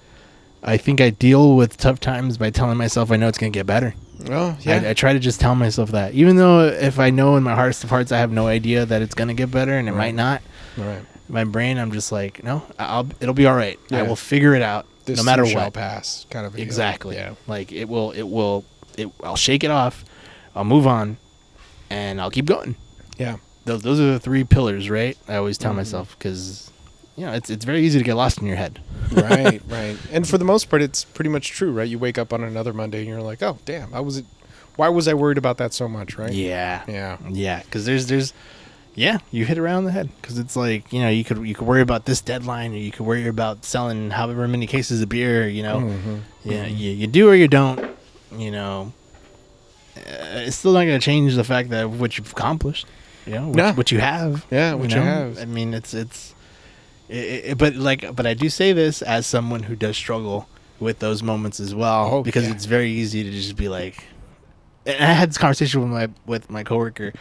Speaker 2: I think I deal with tough times by telling myself I know it's gonna get better.
Speaker 3: well, yeah.
Speaker 2: I, I try to just tell myself that, even though if I know in my heart's of hearts I have no idea that it's gonna get better and it might not.
Speaker 3: All right.
Speaker 2: My brain, I'm just like, no, I'll it'll be all right. I
Speaker 3: Yeah.
Speaker 2: will figure it out,
Speaker 3: This
Speaker 2: no matter
Speaker 3: too shall
Speaker 2: what.
Speaker 3: pass, kind of a deal.
Speaker 2: Exactly.
Speaker 3: Yeah.
Speaker 2: Like it will. It will. It. I'll shake it off. I'll move on, and I'll keep going.
Speaker 3: Yeah.
Speaker 2: Those, those are the three pillars, right? I always
Speaker 3: Mm-hmm.
Speaker 2: tell myself 'cause myself because, you know, it's it's very easy to get lost in your head.
Speaker 3: right, right. And for the most part, it's pretty much true, right? You wake up on another Monday and you're like, oh, damn, I was, why was I worried about that so much, right?
Speaker 2: Yeah.
Speaker 3: Yeah.
Speaker 2: Yeah. Because there's there's, yeah, you hit around the head because it's like you know you could you could worry about this deadline or you could worry about selling however many cases of beer. You know,
Speaker 3: Mm-hmm.
Speaker 2: yeah, you you do or you don't. You know. Uh, it's still not going to change the fact that what you've accomplished, you know, what,
Speaker 3: No.
Speaker 2: what you have,
Speaker 3: Yeah, what you
Speaker 2: know?
Speaker 3: have.
Speaker 2: I mean, it's it's, i i but like, but I do say this as someone who does struggle with those moments as well,
Speaker 3: Oh,
Speaker 2: because
Speaker 3: yeah.
Speaker 2: it's very easy to just be like, and I had this conversation with my with my coworker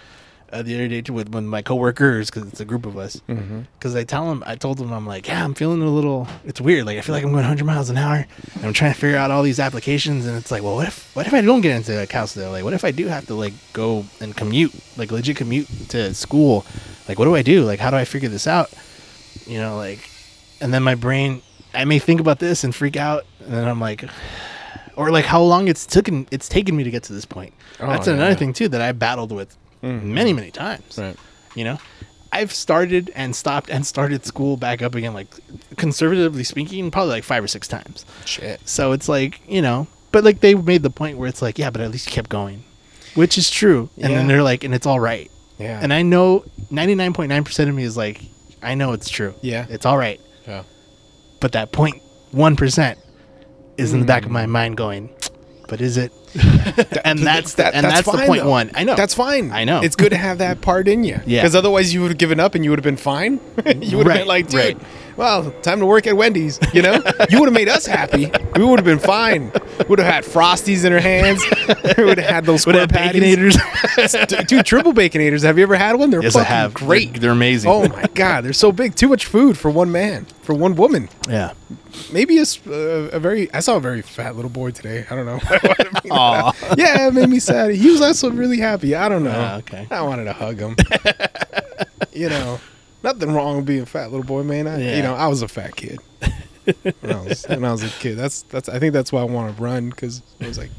Speaker 2: uh, the other day too, with, with my coworkers because it's a group of us. Because
Speaker 3: Mm-hmm.
Speaker 2: I tell them, I told them, I'm like, yeah, I'm feeling a little. It's weird. Like I feel like I'm going 100 miles an hour. And I'm trying to figure out all these applications, and it's like, well, what if what if I don't get into like Calisdale? Like, what if I do have to like go and commute, like legit commute to school? Like, what do I do? Like, how do I figure this out? You know, like, and then my brain, I may think about this and freak out, and then I'm like, or like how long it's taken it's taken me to get to this point.
Speaker 3: Oh,
Speaker 2: That's
Speaker 3: yeah,
Speaker 2: another
Speaker 3: yeah.
Speaker 2: thing too that I battled with many many times.
Speaker 3: Mm-hmm. Right.
Speaker 2: You know, I've started and stopped and started school back up again, like conservatively speaking, probably like five or six times.
Speaker 3: Shit.
Speaker 2: So it's like you know, but like they made the point where it's like yeah, but at least you kept going, which is true. And then
Speaker 3: Yeah.
Speaker 2: they're like, and it's all right.
Speaker 3: Yeah.
Speaker 2: And I know ninety nine point nine percent of me is like, I know it's true.
Speaker 3: Yeah.
Speaker 2: it's all right
Speaker 3: Yeah.
Speaker 2: but that point one percent is in the back of my mind going, but is it? and that's the,
Speaker 3: Mm. That-
Speaker 2: and that's, the
Speaker 3: fine,
Speaker 2: point
Speaker 3: though.
Speaker 2: one. I know
Speaker 3: That's fine.
Speaker 2: I know.
Speaker 3: It's good to have that part in you.
Speaker 2: Yeah.
Speaker 3: Because otherwise, you would have given up and you would have been fine. you would have
Speaker 2: Right,
Speaker 3: been like, dude,
Speaker 2: right.
Speaker 3: well, time to work at Wendy's. You know, you would have made us happy. We would have been fine. Would have had frosties in our hands. we would have had those
Speaker 2: What
Speaker 3: square
Speaker 2: up,
Speaker 3: patties.
Speaker 2: baconators?
Speaker 3: D- Dude, triple baconators. Have you ever had one? They're
Speaker 2: yes, I
Speaker 3: fucking
Speaker 2: have. They're-
Speaker 3: great.
Speaker 2: They're, amazing.
Speaker 3: Oh my god, they're so big. Too much food for one man, for one woman.
Speaker 2: yeah.
Speaker 3: Maybe a, s- uh, a very. I saw a very fat little boy today. I don't know.
Speaker 2: Aw.
Speaker 3: yeah, it made me sad. He was also really happy. I don't know.
Speaker 2: Ah, okay.
Speaker 3: I wanted to hug him. you know, nothing wrong with being a fat little boy, man. I,
Speaker 2: Yeah.
Speaker 3: You know, I was a fat kid when I was when I was a kid. That's that's. I think that's why I want to run because I was like,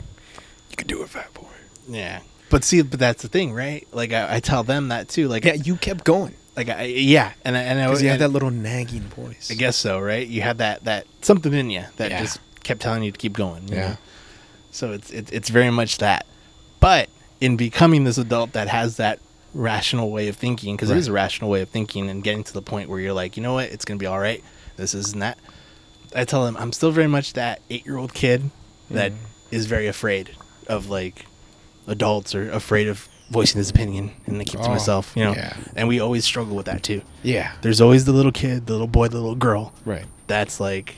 Speaker 3: you can do it, fat boy.
Speaker 2: Yeah. But see, but that's the thing, right? Like I, I tell them that too. Like
Speaker 3: Yeah, you kept going
Speaker 2: like I, yeah, and I, and I,
Speaker 3: because you had
Speaker 2: and
Speaker 3: that little nagging voice.
Speaker 2: I guess so, right? You had that that something in you that
Speaker 3: Yeah.
Speaker 2: just kept telling you to keep going. you
Speaker 3: Yeah.
Speaker 2: know? So it's it, it's very much that. But in becoming this adult that has that rational way of thinking, because it is a rational way of thinking, and getting to the point where you're like, you know what, it's gonna be all right. This isn't that. I tell them I'm still very much that eight year old kid that is
Speaker 3: Mm-hmm.
Speaker 2: very afraid of like adults or afraid of voicing his opinion, and they keep to
Speaker 3: Oh,
Speaker 2: myself, you know.
Speaker 3: yeah.
Speaker 2: And we always struggle with that too.
Speaker 3: Yeah.
Speaker 2: There's always the little kid, the little boy, the little girl
Speaker 3: Right.
Speaker 2: that's like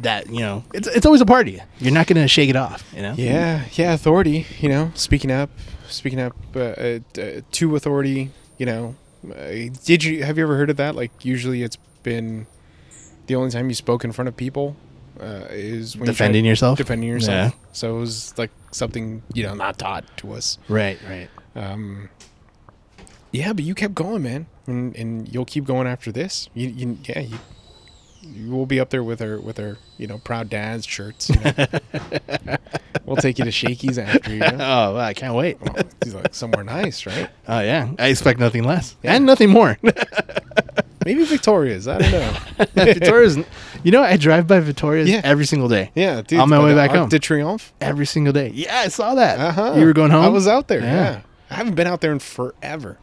Speaker 2: that you know it's it's always a party. You're not gonna shake it off. You know.
Speaker 3: Yeah, yeah, authority. You know, speaking up, speaking up uh, uh, d- to authority. You know, uh, did you have you ever heard of that? Like, usually it's been the only time you spoke in front of people uh, is when you tried
Speaker 2: Defending yourself?
Speaker 3: Defending yourself.
Speaker 2: Yeah.
Speaker 3: So it was like something you know not taught to us.
Speaker 2: Right. Right.
Speaker 3: Um, yeah, but you kept going, man, and and you'll keep going after this. You, you yeah you. You will be up there with our with our you know proud dads shirts. You know? we'll take you to Shakey's after you. know?
Speaker 2: Oh, wow, I can't wait.
Speaker 3: Well, he's like somewhere nice, right?
Speaker 2: Oh yeah, I expect nothing less and nothing more.
Speaker 3: Maybe Victoria's. I don't know.
Speaker 2: Victoria's, you know, I drive by Victoria's
Speaker 3: Yeah.
Speaker 2: every single day.
Speaker 3: Yeah, dude.
Speaker 2: on my
Speaker 3: by
Speaker 2: way
Speaker 3: the
Speaker 2: back
Speaker 3: Arc
Speaker 2: home,
Speaker 3: De Triomphe.
Speaker 2: every single day. Yeah, I saw that.
Speaker 3: Uh huh.
Speaker 2: You were going home.
Speaker 3: I was out there. Yeah.
Speaker 2: Yeah.
Speaker 3: I haven't been out there in forever.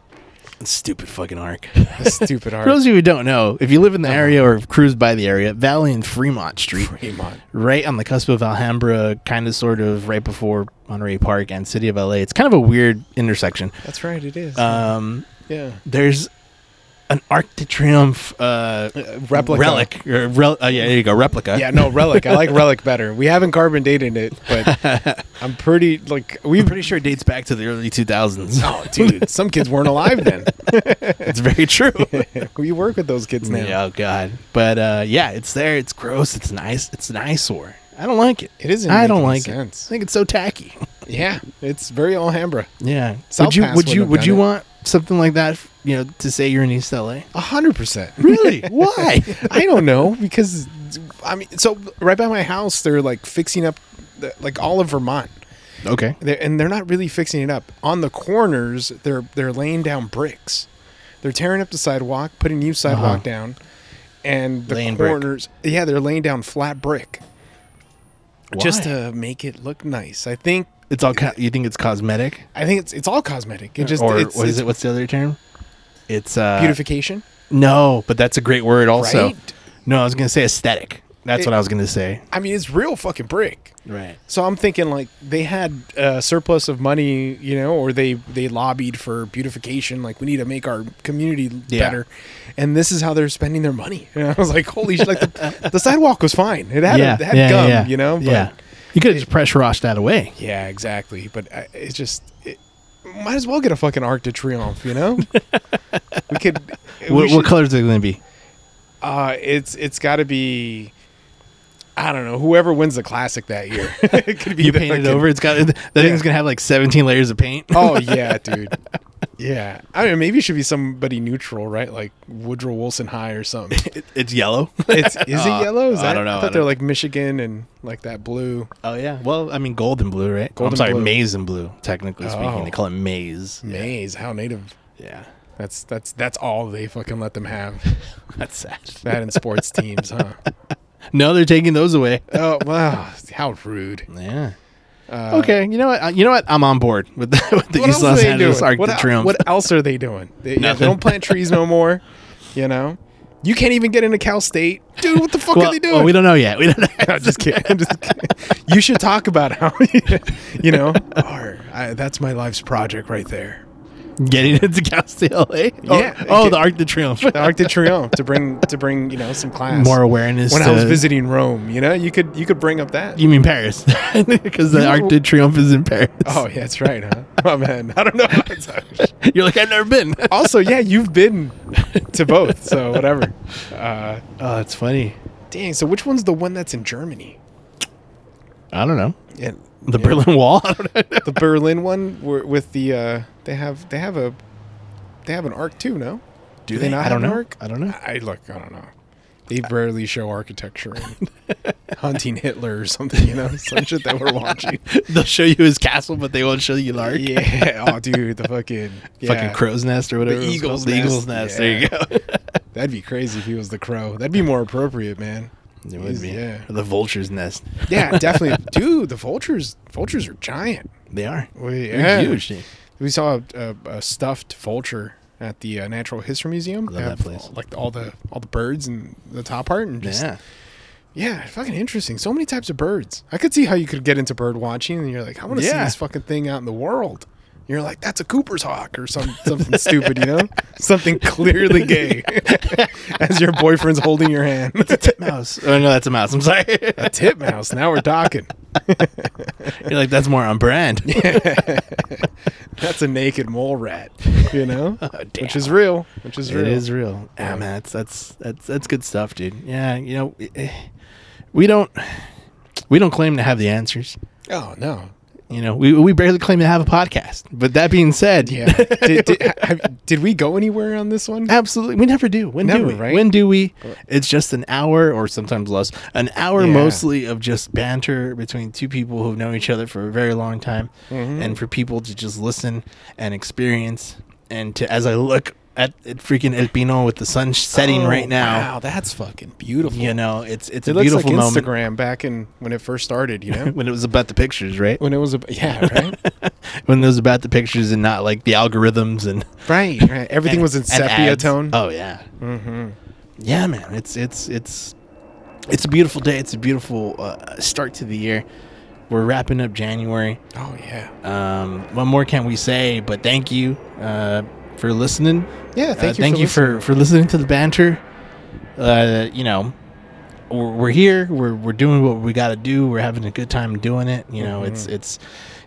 Speaker 2: Stupid fucking arc.
Speaker 3: This stupid
Speaker 2: For those
Speaker 3: art.
Speaker 2: of you who don't know, if you live in the area or have cruised by the area, Valley and Fremont Street,
Speaker 3: Uh-huh. Fremont.
Speaker 2: right on the cusp of Alhambra, kind of sort of right before Monterey Park and City of LA. It's kind of a weird intersection.
Speaker 3: That's right. It is.
Speaker 2: Um,
Speaker 3: yeah.
Speaker 2: there's an Arc de Triomphe uh,
Speaker 3: replica.
Speaker 2: relic. Or rel- uh, yeah, there you go, replica.
Speaker 3: Yeah. No relic. I like relic better. We haven't carbon dated it, but I'm pretty like
Speaker 2: I'm
Speaker 3: we've.
Speaker 2: pretty sure it dates back to the early 2000s.
Speaker 3: oh, dude. Some kids weren't alive then.
Speaker 2: It's very true.
Speaker 3: we work with those kids now.
Speaker 2: Yeah, oh god. But uh, yeah, it's there. It's gross. It's nice. It's an eyesore. I don't like it.
Speaker 3: It isn't
Speaker 2: I
Speaker 3: making
Speaker 2: don't like
Speaker 3: sense.
Speaker 2: it. I think it's so tacky.
Speaker 3: Yeah. It's very Alhambra.
Speaker 2: Yeah.
Speaker 3: South
Speaker 2: would you
Speaker 3: Pass
Speaker 2: would
Speaker 3: would
Speaker 2: you
Speaker 3: have
Speaker 2: would
Speaker 3: done
Speaker 2: you
Speaker 3: it.
Speaker 2: want something like that? You know, to say you're in East LA.
Speaker 3: A hundred percent.
Speaker 2: Really? Why?
Speaker 3: I don't know because I mean, so right by my house, they're like fixing up the, like all of Vermont,
Speaker 2: okay.
Speaker 3: they're, and they're not really fixing it up. On the corners, they're they're laying down bricks. They're tearing up the sidewalk, putting new sidewalk
Speaker 2: Uh-huh.
Speaker 3: down, and the
Speaker 2: Laying brick.
Speaker 3: corners. Yeah, they're laying down flat brick just uh,
Speaker 2: Why?
Speaker 3: to make it look nice. I think
Speaker 2: It's all. Co- you think it's cosmetic?
Speaker 3: I think it's it's all cosmetic. It just
Speaker 2: or
Speaker 3: it's,
Speaker 2: what is
Speaker 3: it's
Speaker 2: it? What's the other term? It's uh,
Speaker 3: beautification.
Speaker 2: No, but that's a great word. Also,
Speaker 3: Right?
Speaker 2: no, I was gonna say aesthetic. That's
Speaker 3: It-
Speaker 2: what I was gonna say.
Speaker 3: I mean, it's real fucking brick.
Speaker 2: Right.
Speaker 3: So I'm thinking like they had a surplus of money, you know, or they they lobbied for beautification. Like we need to make our community
Speaker 2: Yeah.
Speaker 3: better, and this is how they're spending their money. And I was like, holy shit! Like the, the sidewalk was fine. It had,
Speaker 2: yeah.
Speaker 3: it had
Speaker 2: yeah,
Speaker 3: gum,
Speaker 2: yeah.
Speaker 3: you know. But,
Speaker 2: yeah. You could have just pressure washed that away.
Speaker 3: yeah, exactly. But I, it's just it, might as well get a fucking Arc de Triomphe, you know. we could. we
Speaker 2: What,
Speaker 3: should-
Speaker 2: what colors are they gonna be?
Speaker 3: uh, it's it's got to be. I don't know. Whoever wins the classic that year, it could be
Speaker 2: you
Speaker 3: the
Speaker 2: paint it
Speaker 3: fucking-
Speaker 2: over. It's got that thing's gonna have like 17 layers of paint.
Speaker 3: Oh yeah, dude. Yeah, I mean, maybe it should be somebody neutral, right? Like Woodrow Wilson High or something.
Speaker 2: It- it's yellow.
Speaker 3: It's is
Speaker 2: Uh,
Speaker 3: it yellow? Is
Speaker 2: I
Speaker 3: that,
Speaker 2: don't know,
Speaker 3: I
Speaker 2: I
Speaker 3: thought
Speaker 2: don't
Speaker 3: they're
Speaker 2: know.
Speaker 3: like Michigan and like that blue.
Speaker 2: oh yeah. Well, I mean, gold and blue, right?
Speaker 3: Gold
Speaker 2: I'm
Speaker 3: and
Speaker 2: sorry,
Speaker 3: blue.
Speaker 2: maize and blue. Technically
Speaker 3: Oh.
Speaker 2: speaking, they call it maize.
Speaker 3: Maze, how native.
Speaker 2: Yeah,
Speaker 3: That's that's that's all they fucking let them have.
Speaker 2: that's sad.
Speaker 3: That in sports teams, huh?
Speaker 2: no, they're taking those away.
Speaker 3: Oh wow, how rude.
Speaker 2: Yeah. okay, you know what? uh, You know what? I'm on board with the, with the
Speaker 3: What
Speaker 2: East
Speaker 3: else are
Speaker 2: Los
Speaker 3: they
Speaker 2: Angeles
Speaker 3: doing?
Speaker 2: Arc
Speaker 3: what,
Speaker 2: de
Speaker 3: el-
Speaker 2: Triomphe.
Speaker 3: what else are they doing? They, yeah, they
Speaker 2: Nothing.
Speaker 3: don't plant trees no more. You know, you can't even get into Cal State, dude. What the fuck
Speaker 2: well,
Speaker 3: are they doing?
Speaker 2: well, we don't know yet. We don't know.
Speaker 3: No, just kidding. I'm just kidding. You should talk about how, you know, or, I, that's my life's project right there.
Speaker 2: Getting into Cal State LA. Oh,
Speaker 3: Yeah.
Speaker 2: Oh, the Arc de Triomphe.
Speaker 3: The Arc de Triomphe to bring to bring you know some class
Speaker 2: More awareness.
Speaker 3: When I was
Speaker 2: to-
Speaker 3: visiting Rome, you know, you could you could bring up that.
Speaker 2: You mean Paris? Because the
Speaker 3: You-
Speaker 2: Arc de Triomphe is in Paris.
Speaker 3: Oh, yeah, that's right, huh? Oh man, I don't know.
Speaker 2: You're like I've never been.
Speaker 3: also, yeah, you've been to both, so whatever. Uh,
Speaker 2: Oh, that's funny.
Speaker 3: dang, so which one's the one that's in Germany?
Speaker 2: I don't know.
Speaker 3: Yeah,
Speaker 2: The Berlin Wall. I don't know.
Speaker 3: the Berlin one where- with the uh, they have they have a they have an arc too, no? Do
Speaker 2: they? I
Speaker 3: have
Speaker 2: don't
Speaker 3: an
Speaker 2: know.
Speaker 3: arc?
Speaker 2: I don't know.
Speaker 3: I look, I don't know. They rarely show architecture in hunting Hitler or something, you know, some shit that we're watching.
Speaker 2: They'll show you his castle, but they won't show you the arc.
Speaker 3: Yeah. Oh, dude, the fucking yeah.
Speaker 2: Fucking crow's nest or whatever. it was
Speaker 3: eagle's
Speaker 2: called. The
Speaker 3: nest.
Speaker 2: eagle's
Speaker 3: Yeah.
Speaker 2: nest. There you go.
Speaker 3: That'd be crazy if he was the crow. That'd be more appropriate, man.
Speaker 2: It
Speaker 3: He's-
Speaker 2: would be.
Speaker 3: Yeah.
Speaker 2: Or the vulture's nest.
Speaker 3: Yeah, definitely. Dude, the vultures vultures are giant.
Speaker 2: They are.
Speaker 3: Well,
Speaker 2: They're huge.
Speaker 3: We saw a, a, a stuffed vulture at the uh, Natural History Museum. They
Speaker 2: that
Speaker 3: have
Speaker 2: place.
Speaker 3: all- like all the all the birds in the top part and just
Speaker 2: Yeah.
Speaker 3: Yeah, fucking interesting. So many types of birds. I could see how you could get into bird watching and you're like, I want to see
Speaker 2: Yeah.
Speaker 3: this fucking thing out in the world. You're like, that's a Cooper's hawk or some, something stupid, you know? Something clearly gay as your boyfriend's holding your hand.
Speaker 2: mouse. Oh no, that's a mouse. I'm sorry.
Speaker 3: a titmouse. Now we're talking.
Speaker 2: You're like that's more on brand.
Speaker 3: That's a naked mole rat, you know?
Speaker 2: Oh, damn.
Speaker 3: which is real. Which is real.
Speaker 2: It is real. Yeah, man, that's that's that's that's good stuff, dude. Yeah, you know, eh, we don't we don't claim to have the answers.
Speaker 3: Oh, no.
Speaker 2: You know, we we barely claim to have a podcast. But that being said,
Speaker 3: Yeah. did, did, have, did we go anywhere on this one?
Speaker 2: absolutely, we never do. When
Speaker 3: Never,
Speaker 2: do we?
Speaker 3: right?
Speaker 2: When do we? It's just an hour, or sometimes less, an hour
Speaker 3: Yeah.
Speaker 2: mostly of just banter between two people who've known each other for a very long time,
Speaker 3: Mm-hmm.
Speaker 2: and for people to just listen and experience, and to as I look at, at freaking El Pino with the sun setting
Speaker 3: Oh,
Speaker 2: right now.
Speaker 3: Wow, that's fucking beautiful.
Speaker 2: you know it's it's
Speaker 3: it
Speaker 2: a
Speaker 3: looks
Speaker 2: beautiful
Speaker 3: like
Speaker 2: moment
Speaker 3: Instagram back in when it first started, you know?
Speaker 2: when it was about the pictures right
Speaker 3: when it was a yeah, right?
Speaker 2: when it was about the pictures and not like the algorithms and
Speaker 3: right, right. Everything was in
Speaker 2: and
Speaker 3: sepia
Speaker 2: ads.
Speaker 3: tone.
Speaker 2: oh yeah mm-hmm. yeah man it's it's it's it's a beautiful day it's a beautiful uh, start to the year we're wrapping up january
Speaker 3: oh yeah.
Speaker 2: um what more can we say but thank you uh for listening
Speaker 3: Yeah,
Speaker 2: thank,
Speaker 3: thank you
Speaker 2: you, Uh, thank
Speaker 3: for
Speaker 2: you for, for listening to the banter. Uh, you know, we're, we're here. We're, we're doing what we got to do. We're having a good time doing it. You know, it's
Speaker 3: Mm-hmm.
Speaker 2: it's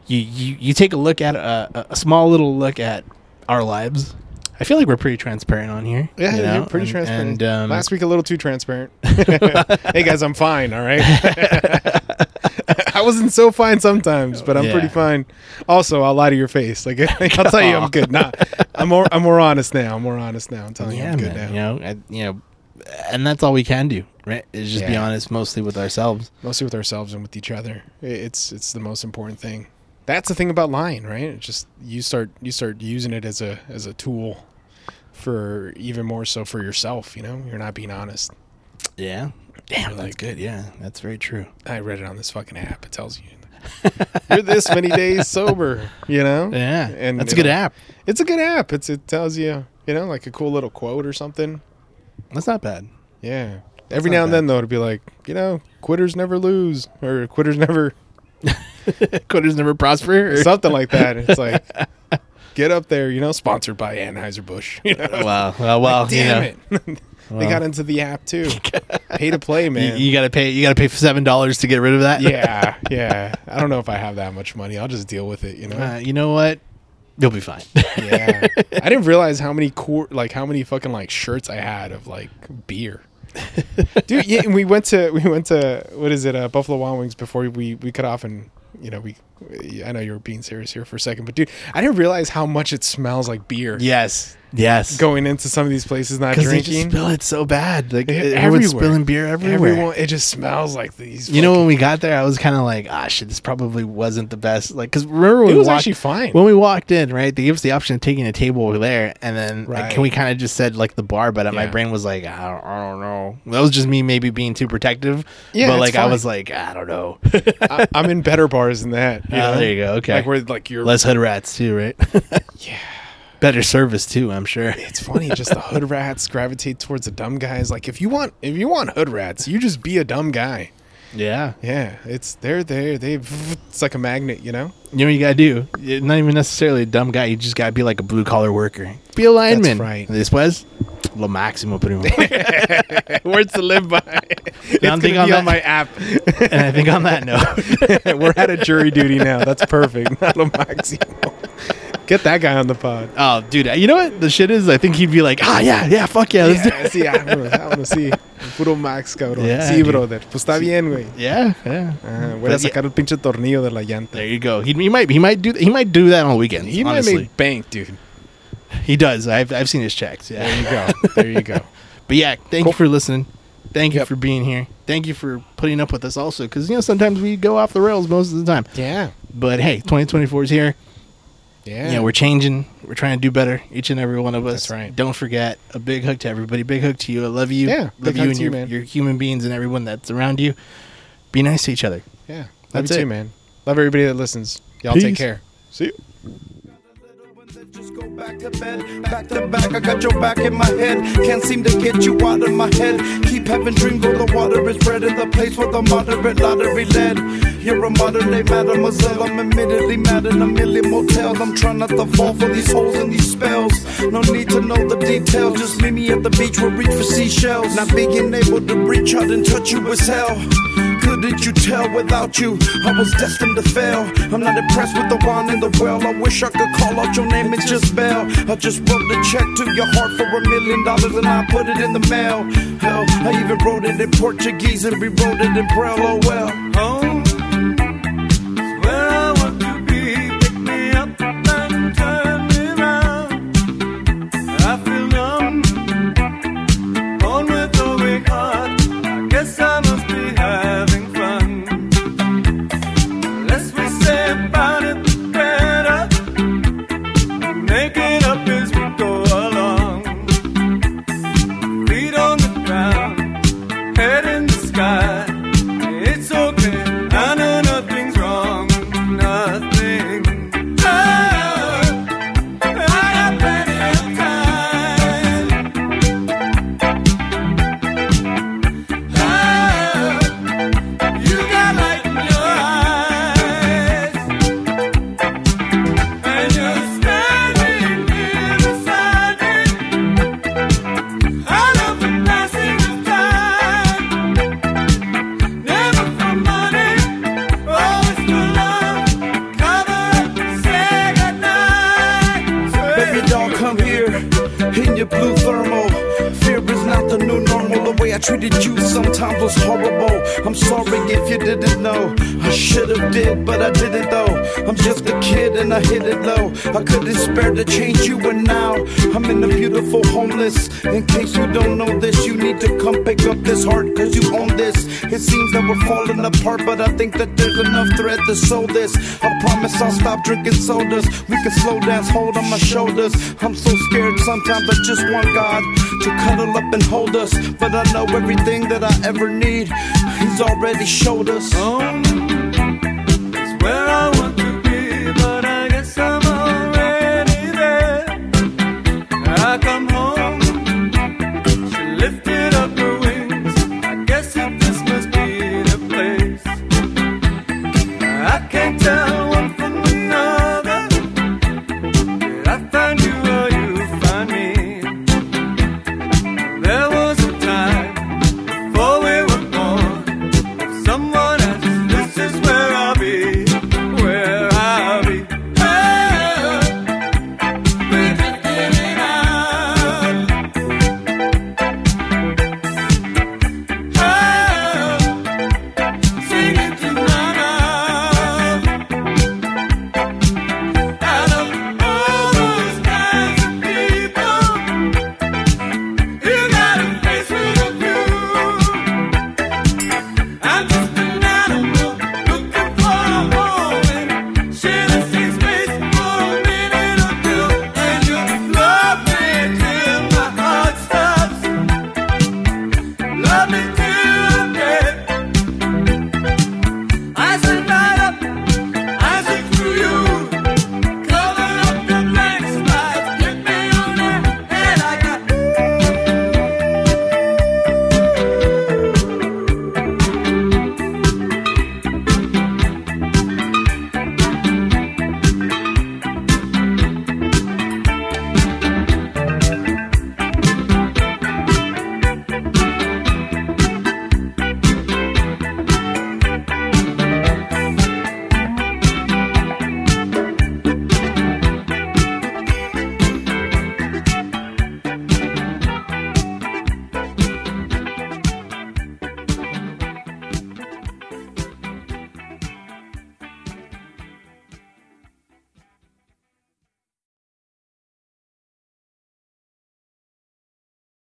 Speaker 2: you, you you take a look at a, a- a small little look at our lives. I feel like we're pretty transparent on here.
Speaker 3: Yeah,
Speaker 2: you
Speaker 3: you
Speaker 2: know,
Speaker 3: are pretty
Speaker 2: and-
Speaker 3: transparent.
Speaker 2: And um,
Speaker 3: Last week, a little too transparent. hey guys, I'm fine. All right. I wasn't so fine sometimes, but I'm
Speaker 2: Yeah.
Speaker 3: pretty fine. Also, I'll lie to your face. Like I'll tell you, I'm good. Nah, I'm more. I'm more honest now. I'm more honest now. I'm telling you,
Speaker 2: yeah,
Speaker 3: I'm good
Speaker 2: man,
Speaker 3: now.
Speaker 2: you know, I, you know, and that's all we can do, right? Is just be
Speaker 3: Yeah.
Speaker 2: honest, mostly with ourselves.
Speaker 3: Mostly with ourselves and with each other. I- It's it's the most important thing. That's the thing about lying, right? It's just you start you start using it as a as a tool for even more so for yourself. You know, you're not being honest.
Speaker 2: Yeah. Damn, that's
Speaker 3: Like-
Speaker 2: good. Yeah, that's very true.
Speaker 3: I read it on this fucking app. It tells you you're this many days sober. You know.
Speaker 2: Yeah,
Speaker 3: And,
Speaker 2: that's a
Speaker 3: you
Speaker 2: good
Speaker 3: know,
Speaker 2: app.
Speaker 3: It's a good app. It's it tells you you know like a cool little quote or something.
Speaker 2: That's not bad.
Speaker 3: Yeah. Every
Speaker 2: not
Speaker 3: now and
Speaker 2: bad.
Speaker 3: then though, it'll be like you know quitters never lose or quitters never
Speaker 2: Quitters never prosper. or-
Speaker 3: something like that. It's like get up there. You know, sponsored by Anheuser Busch. You know.
Speaker 2: Wow. Well, well you know,
Speaker 3: Damn it. they got into the app too. Pay to play,
Speaker 2: you,
Speaker 3: man.
Speaker 2: you gotta pay. You gotta pay seven dollars to get rid of that.
Speaker 3: yeah, yeah. I don't know if I have that much money. I'll just deal with it, you know.
Speaker 2: Uh, you know what? You'll be fine.
Speaker 3: Yeah, I didn't realize how many cool, like how many fucking like shirts I had of like beer. Dude, yeah, and we went to we went to what is it, uh, Buffalo Wild Wings before we we cut off and you know we I know you were being serious here for a second, but dude, I didn't realize how much it smells like beer.
Speaker 2: yes. Yes.
Speaker 3: going into some of these places not
Speaker 2: Because they just
Speaker 3: drinking.
Speaker 2: spill it so bad. Like
Speaker 3: Yeah,
Speaker 2: everyone's
Speaker 3: everywhere.
Speaker 2: spilling beer everywhere.
Speaker 3: Everyone, it just smells like these.
Speaker 2: You know,
Speaker 3: fucking-
Speaker 2: when we got there, I was kind of like, ah, shit, this probably wasn't the best. Like, because remember when
Speaker 3: It
Speaker 2: we
Speaker 3: was
Speaker 2: walked,
Speaker 3: actually fine.
Speaker 2: When we walked in, right, they gave us the option of taking a table over there, and then like,
Speaker 3: Right.
Speaker 2: can we kind of just said like the bar, but uh, my
Speaker 3: Yeah.
Speaker 2: brain was like, I don't, I don't know. That was just me maybe being too protective.
Speaker 3: Yeah,
Speaker 2: but
Speaker 3: it's
Speaker 2: like I
Speaker 3: fine.
Speaker 2: was like, I don't know.
Speaker 3: I, I'm in better bars than that.
Speaker 2: Oh, there you go. Okay.
Speaker 3: Like where like you're
Speaker 2: Less hood rats too, right?
Speaker 3: yeah.
Speaker 2: Better service too, I'm sure.
Speaker 3: it's funny just the hood rats gravitate towards the dumb guys like if you want if you want hood rats you just be a dumb guy
Speaker 2: Yeah.
Speaker 3: yeah it's they're there they it's like a magnet you know
Speaker 2: You know what you gotta do? You're not even necessarily a dumb guy. You just gotta be like a blue collar worker. Be a lineman.
Speaker 3: right.
Speaker 2: Después, lo máximo primo.
Speaker 3: words to live by it's
Speaker 2: Now
Speaker 3: gonna
Speaker 2: I'm thinking
Speaker 3: be
Speaker 2: on
Speaker 3: on,
Speaker 2: that-
Speaker 3: my app
Speaker 2: and I think on that note,
Speaker 3: we're out of jury duty now that's perfect not a maximo get that guy on the pod
Speaker 2: oh, dude, you know what the shit is? I think he'd be like, ah, yeah, yeah, fuck yeah, let's do
Speaker 3: yeah, sí, I want to see. Puro Max, cabrón.
Speaker 2: Yeah,
Speaker 3: sí,
Speaker 2: dude.
Speaker 3: brother. Pues está bien, güey.
Speaker 2: Yeah, yeah.
Speaker 3: Ajá, Voy a
Speaker 2: But yeah,
Speaker 3: sacar el pinche tornillo de la llanta.
Speaker 2: there you go. He, he might he might do he might do that on weekends.
Speaker 3: He
Speaker 2: honestly.
Speaker 3: might make bank, dude.
Speaker 2: he does. I've I've seen his checks. Yeah.
Speaker 3: There you go. There you go.
Speaker 2: But yeah, thank you for listening. Thank you
Speaker 3: Yep.
Speaker 2: for being here. Thank you for putting up with us also, because you know sometimes we go off the rails most of the time.
Speaker 3: Yeah.
Speaker 2: But hey, 2024 is here.
Speaker 3: Yeah.
Speaker 2: Yeah, we're changing. We're trying to do better. Each and every one of us.
Speaker 3: That's right.
Speaker 2: Don't forget a big hug to everybody. Big hug to you. I love you.
Speaker 3: Yeah,
Speaker 2: love
Speaker 3: big
Speaker 2: you
Speaker 3: hug
Speaker 2: and
Speaker 3: to you,
Speaker 2: your,
Speaker 3: man.
Speaker 2: your human beings and everyone that's around you. Be nice to each other.
Speaker 3: Yeah. Love
Speaker 2: That's
Speaker 3: you
Speaker 2: it.
Speaker 3: too, man. Love everybody that listens. Y'all
Speaker 2: Peace.
Speaker 3: take care. See you.
Speaker 1: Just go back to bed, back to back. I got your back in my head. Can't seem to get you out of my head. Keep having dreams where the water is red in the place where the moderate lottery led. You're a modern day mademoiselle. I'm admittedly mad in a million motel. I'm trying not to fall for these holes and these spells. No need to know the details. Just meet me at the beach. We'll reach for seashells. Not being able to reach out and touch you was hell. Couldn't you tell without you? I was destined to fail. I'm not impressed with the wine in the well. I wish I could call out your name and just bail. I just wrote a check to your heart for a million dollars and I put it in the mail. Hell, I even wrote it in Portuguese and rewrote it in Braille. Oh well.
Speaker 4: Home is where I want to be. Pick me up and turn me round. I feel numb, born with a weak heart. I guess I must be having fun. The less we say about it, the better. Make it up as we go along. Feet on the ground, head in the sky. It's okay. I know nothing's wrong. Nothing. Oh, I got plenty of time. Oh, you got light in your eyes, and you're standing here beside me. I love the passing of time. Never for money, always for love. Cover up, say
Speaker 1: Baby
Speaker 4: goodnight.
Speaker 1: doll, come here in your blue thermal. Fear is not the new normal. The way I treated you sometimes was horrible. I'm sorry if you didn't know. I should have did, but I didn't though. I'm just a kid and I hit it low. I couldn't spare to change you, and now I'm in a beautiful homeless. In case you don't know this, you need to come pick up this heart, cause you own this. It seems that we're falling apart, but I think that there's enough thread to sew this. I promise I'll stop drinking sodas. We can slow dance, hold on my shoulders. I'm so scared sometimes I just want God to cuddle up and hold us. But I know everything that I ever need, He's already showed us.
Speaker 4: Home is where I want